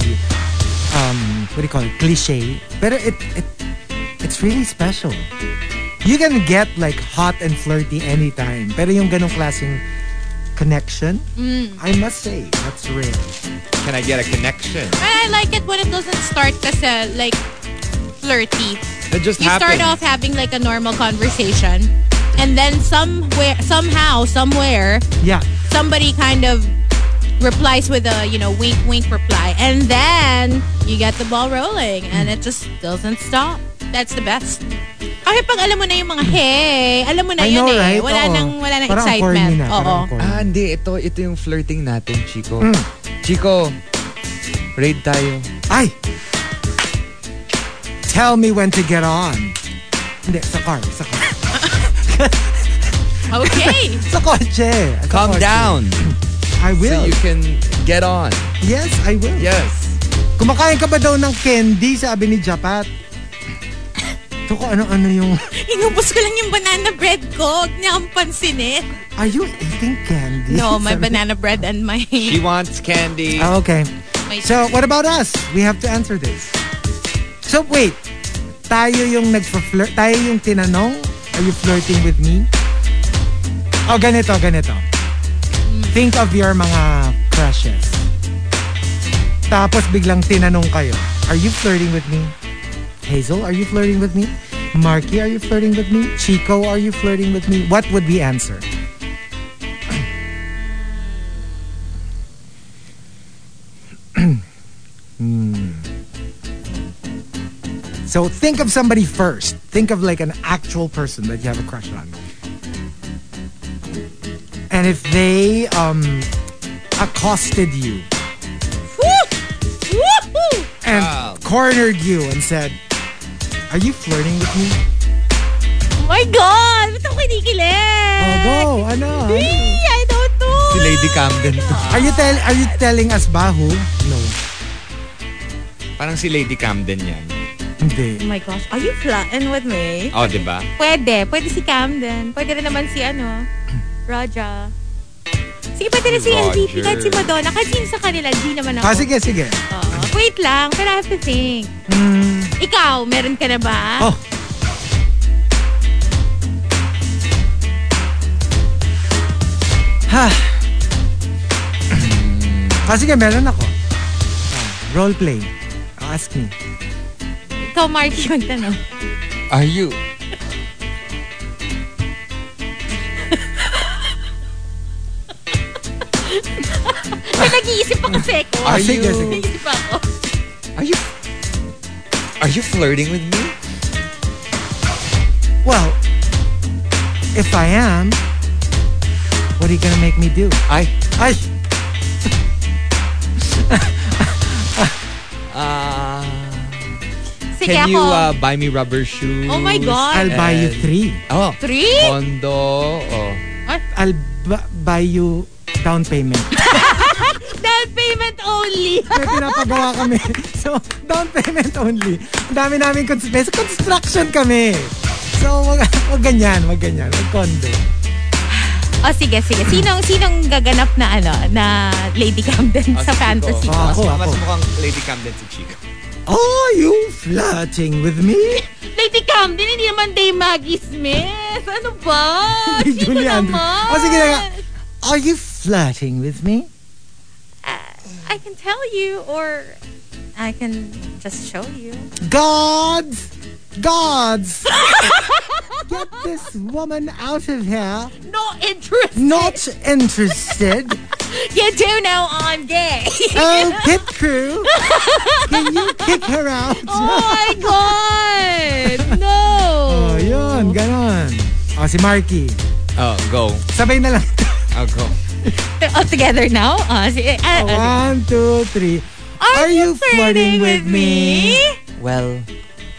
um what do you call it? cliche. But it, it it's really special you can get like hot and flirty anytime. Pero yung ganong klaseng connection,
Mm.
I must say, that's rare.
Can I get a connection?
But I like it when it doesn't start kasi like flirty.
It just
You
happened.
start off having like a normal conversation. And then somewhere, somehow, somewhere,
Yeah.
somebody kind of replies with a, you know, wink, wink reply. And then you get the ball rolling and it just doesn't stop. That's the best. Kasi pag alam mo na yung mga hey, alam mo na
I
yun
know,
eh.
right?
Wala
Oo.
nang, wala nang
Parang
excitement.
corny na.
Oo.
Parang corny.
Ah, hindi. Ito, ito yung flirting natin, Chico. Chico, raid tayo.
Ay! Tell me when to get on. Hindi, sa car, sa car.
Okay.
Sa kotse. Sa
Calm
kotse.
down
I
so
will.
you can get on.
Yes, I will.
Yes.
Kumakain ka ba daw ng candy, sabi ni Japat? Ito ko ano-ano yung...
Inubos ko lang yung banana bread ko. Huwag niya akong pansinin.
Are you eating candy?
No, my
Sabi-
banana bread and my...
She wants candy.
Ah, okay.
my
So, what about us? We have to answer this. So, wait. Tayo yung nagpa-flirt. Tayo yung tinanong, are you flirting with me? O, ganito, ganito. Think of your mga crushes. Tapos biglang tinanong kayo, are you flirting with me? Hazel, are you flirting with me? Marky, are you flirting with me? Chico, are you flirting with me? What would we answer? So think of somebody first. Think of like an actual person that you have a crush on. And if they um, accosted you
Woo! Woohoo!
and
Wow.
cornered you and said, "Are you flirting with me?"
Oh my God! Ba't ako kinikilig?
Oh, go, ano?
Hey, I don't know.
Si Lady Camden to.
Are you tell Are you telling us bahu? No,
Parang si Lady Camden yan.
Oh
hindi.
my gosh. Are you flirting with me?
Oh, di ba?
Pwede. Pwede si Camden. Pwede rin naman si ano, Raja. Sige, pwede rin si
Roger.
LVP. Kahit si Madonna. Kahit sino sa kanila. Di naman ako.
Ah, sige, sige.
Oo. Wait lang. Pero I have to think.
Hmm.
Mm,
Ikaw, meron ka na
Oh.
ba?
Ha. ah, sige, meron ako. Ah, role play. Ah, Ask me.
Ikaw, Marky, magtanong.
Are you?
Ay, nag-iisip pa kasi ako.
Are
Ah, sige,
you-
sige.
Nag-iisip pa ako.
Are you? Are you flirting with me?
Well, if I am, what are you gonna make me do?
I.
Ay,
Uh,
Sige
can
ako.
you uh, buy me rubber shoes?
Oh my God.
I'll buy you
And-
three.
Oh.
Three?
Kondo. Oh.
I'll bu- buy you down payment.
Down payment only.
May pinapagawa kami. So, down payment only. Ang dami namin construction. Construction kami. So, wag, wag ganyan, wag ganyan. Wag kondo.
O Oh, sige, sige. Sinong, sinong gaganap na ano, na Lady Camden
Ah,
sa
si
fantasy
Chico.
ko?
Mas-
Ako,
Mas
ako.
mukhang Lady Camden si Chico.
Are you flirting with me?
Lady Camden, hindi naman Day Maggie Smith. Ano ba?
Hey,
Sino
Julie Andrews.
naman?
O, sige na nga. Are you flirting with me?
Ah, I can tell you or I can just show you.
Gods! Gods! Get this woman out of here.
No interest.
Not interested.
You do know I'm gay.
Oh, pit crew. Can you kick her out?
oh my God. No.
Oh, yun. Ganon. O, si Marky.
Oh, go.
Sabay na lang.
Oh, go.
All together now? Uh, si, uh, uh,
One, two, three.
are, you flirting, with me?
Well,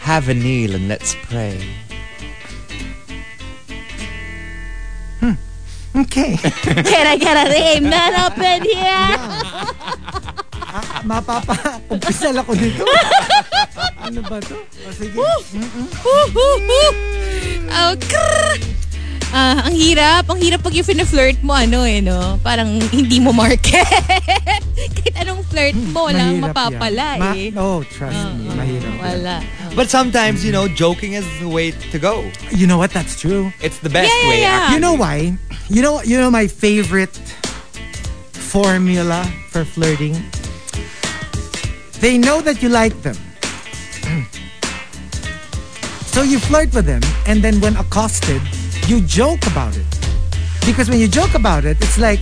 have a kneel and let's pray.
Okay.
Can I get an amen up in here?
Mapapa, umpisal ako dito. ano ba to? O, sige.
Hoo, hoo, hoo. Oh, krrr. Ah, ang hirap. Ang hirap pag yung fina-flirt mo, ano eh, no? Parang hindi mo market. Kahit anong flirt mo, wala kang
Mahirap
mapapala
yan. Ma-
eh.
oh, trust me. Mahirap. yan.
Wala.
But sometimes, you know, joking is the way to go.
You know what? That's true.
It's the best
Yeah, yeah,
way.
yeah.
actually.
You know why? You know you know my favorite formula for flirting. They know that you like them. So you flirt with them and then when accosted, you joke about it. Because when you joke about it, it's like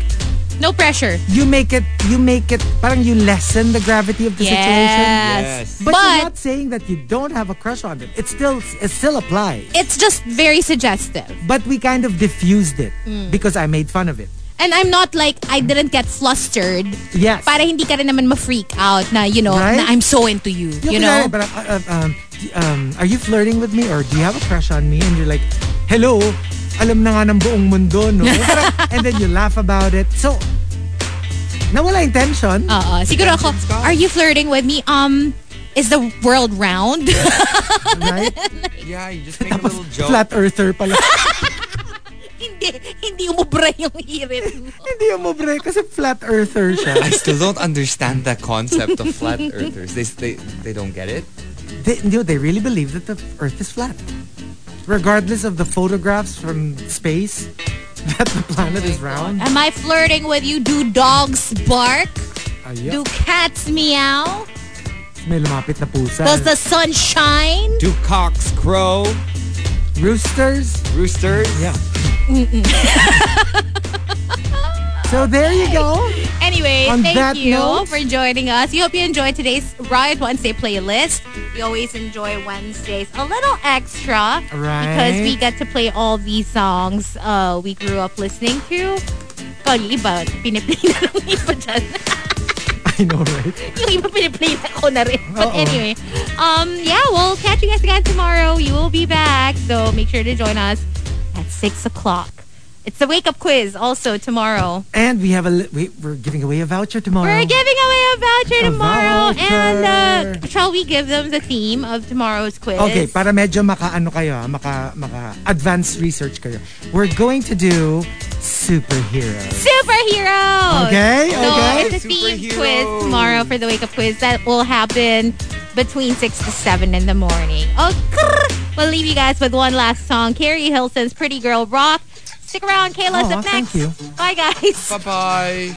No pressure.
you make it you make it parang you lessen the gravity of the situation.
Yes.
But,
But-
you're not saying that you don't have a crush on them. It still it still applies.
It's just very suggestive.
But we kind of diffused it because I made fun of it.
And I'm not like, I didn't get flustered.
Yes.
Para hindi ka rin naman ma-freak out na, you know,
Right?
na I'm so into you.
can
You know?
say, but uh, uh, um, d- um, are you flirting with me or do you have a crush on me? And you're like, hello, alam na nga ng buong mundo, no? and then you laugh about it. So, nawala yung tension.
Oo. Uh-uh. Siguro ako, are you flirting with me? Um, is the world round?
right?
Yeah, you just make a little joke.
Flat earther pala.
hindi, hindi umubra yung hirit mo.
Hindi umubre kasi flat earther siya.
I still don't understand that concept of flat earthers. They, they, they don't get it.
they, no, they really believe that the earth is flat. Regardless of the photographs from space that the planet is round.
Am I flirting with you? Do dogs bark?
Ayun.
Do cats meow?
May lumapit na pusa.
Does the sun shine?
Do cocks crow?
Roosters.
Roosters?
Yeah. so there you go.
Anyway,
On that
thank you
note-
for joining us. We hope you enjoyed today's Riot Wednesday playlist. We always enjoy Wednesdays a little extra
Right.
because we get to play all these songs uh, we grew up listening to. Kung yung iba, piniplay na lang iba dyan.
I know, right?
yung iba piniplay na ko na rin.
Oo.
But anyway, um, yeah, we'll catch you guys again tomorrow. You will be back. So make sure to join us at 6 o'clock. It's the wake-up quiz also tomorrow.
And we have a li- we, we're giving away a voucher tomorrow.
We're giving away a voucher
A
tomorrow.
voucher.
And uh, shall we give them the theme of tomorrow's quiz?
Okay, para medyo maka ano kayo, ah, maka maka advanced research kayo. We're going to do superheroes.
Superheroes!
Okay,
So
okay.
it's a theme
Superheroes.
quiz tomorrow for the wake up quiz that will happen between 6 to 7 in the morning. Okay. We'll leave you guys with one last song. Carrie Hilson's Pretty Girl Rock. Stick around. Kayla's
Aw,
up
thank
next.
you.
Bye, guys.
Bye-bye.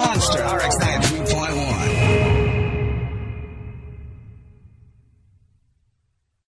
Monster RX931.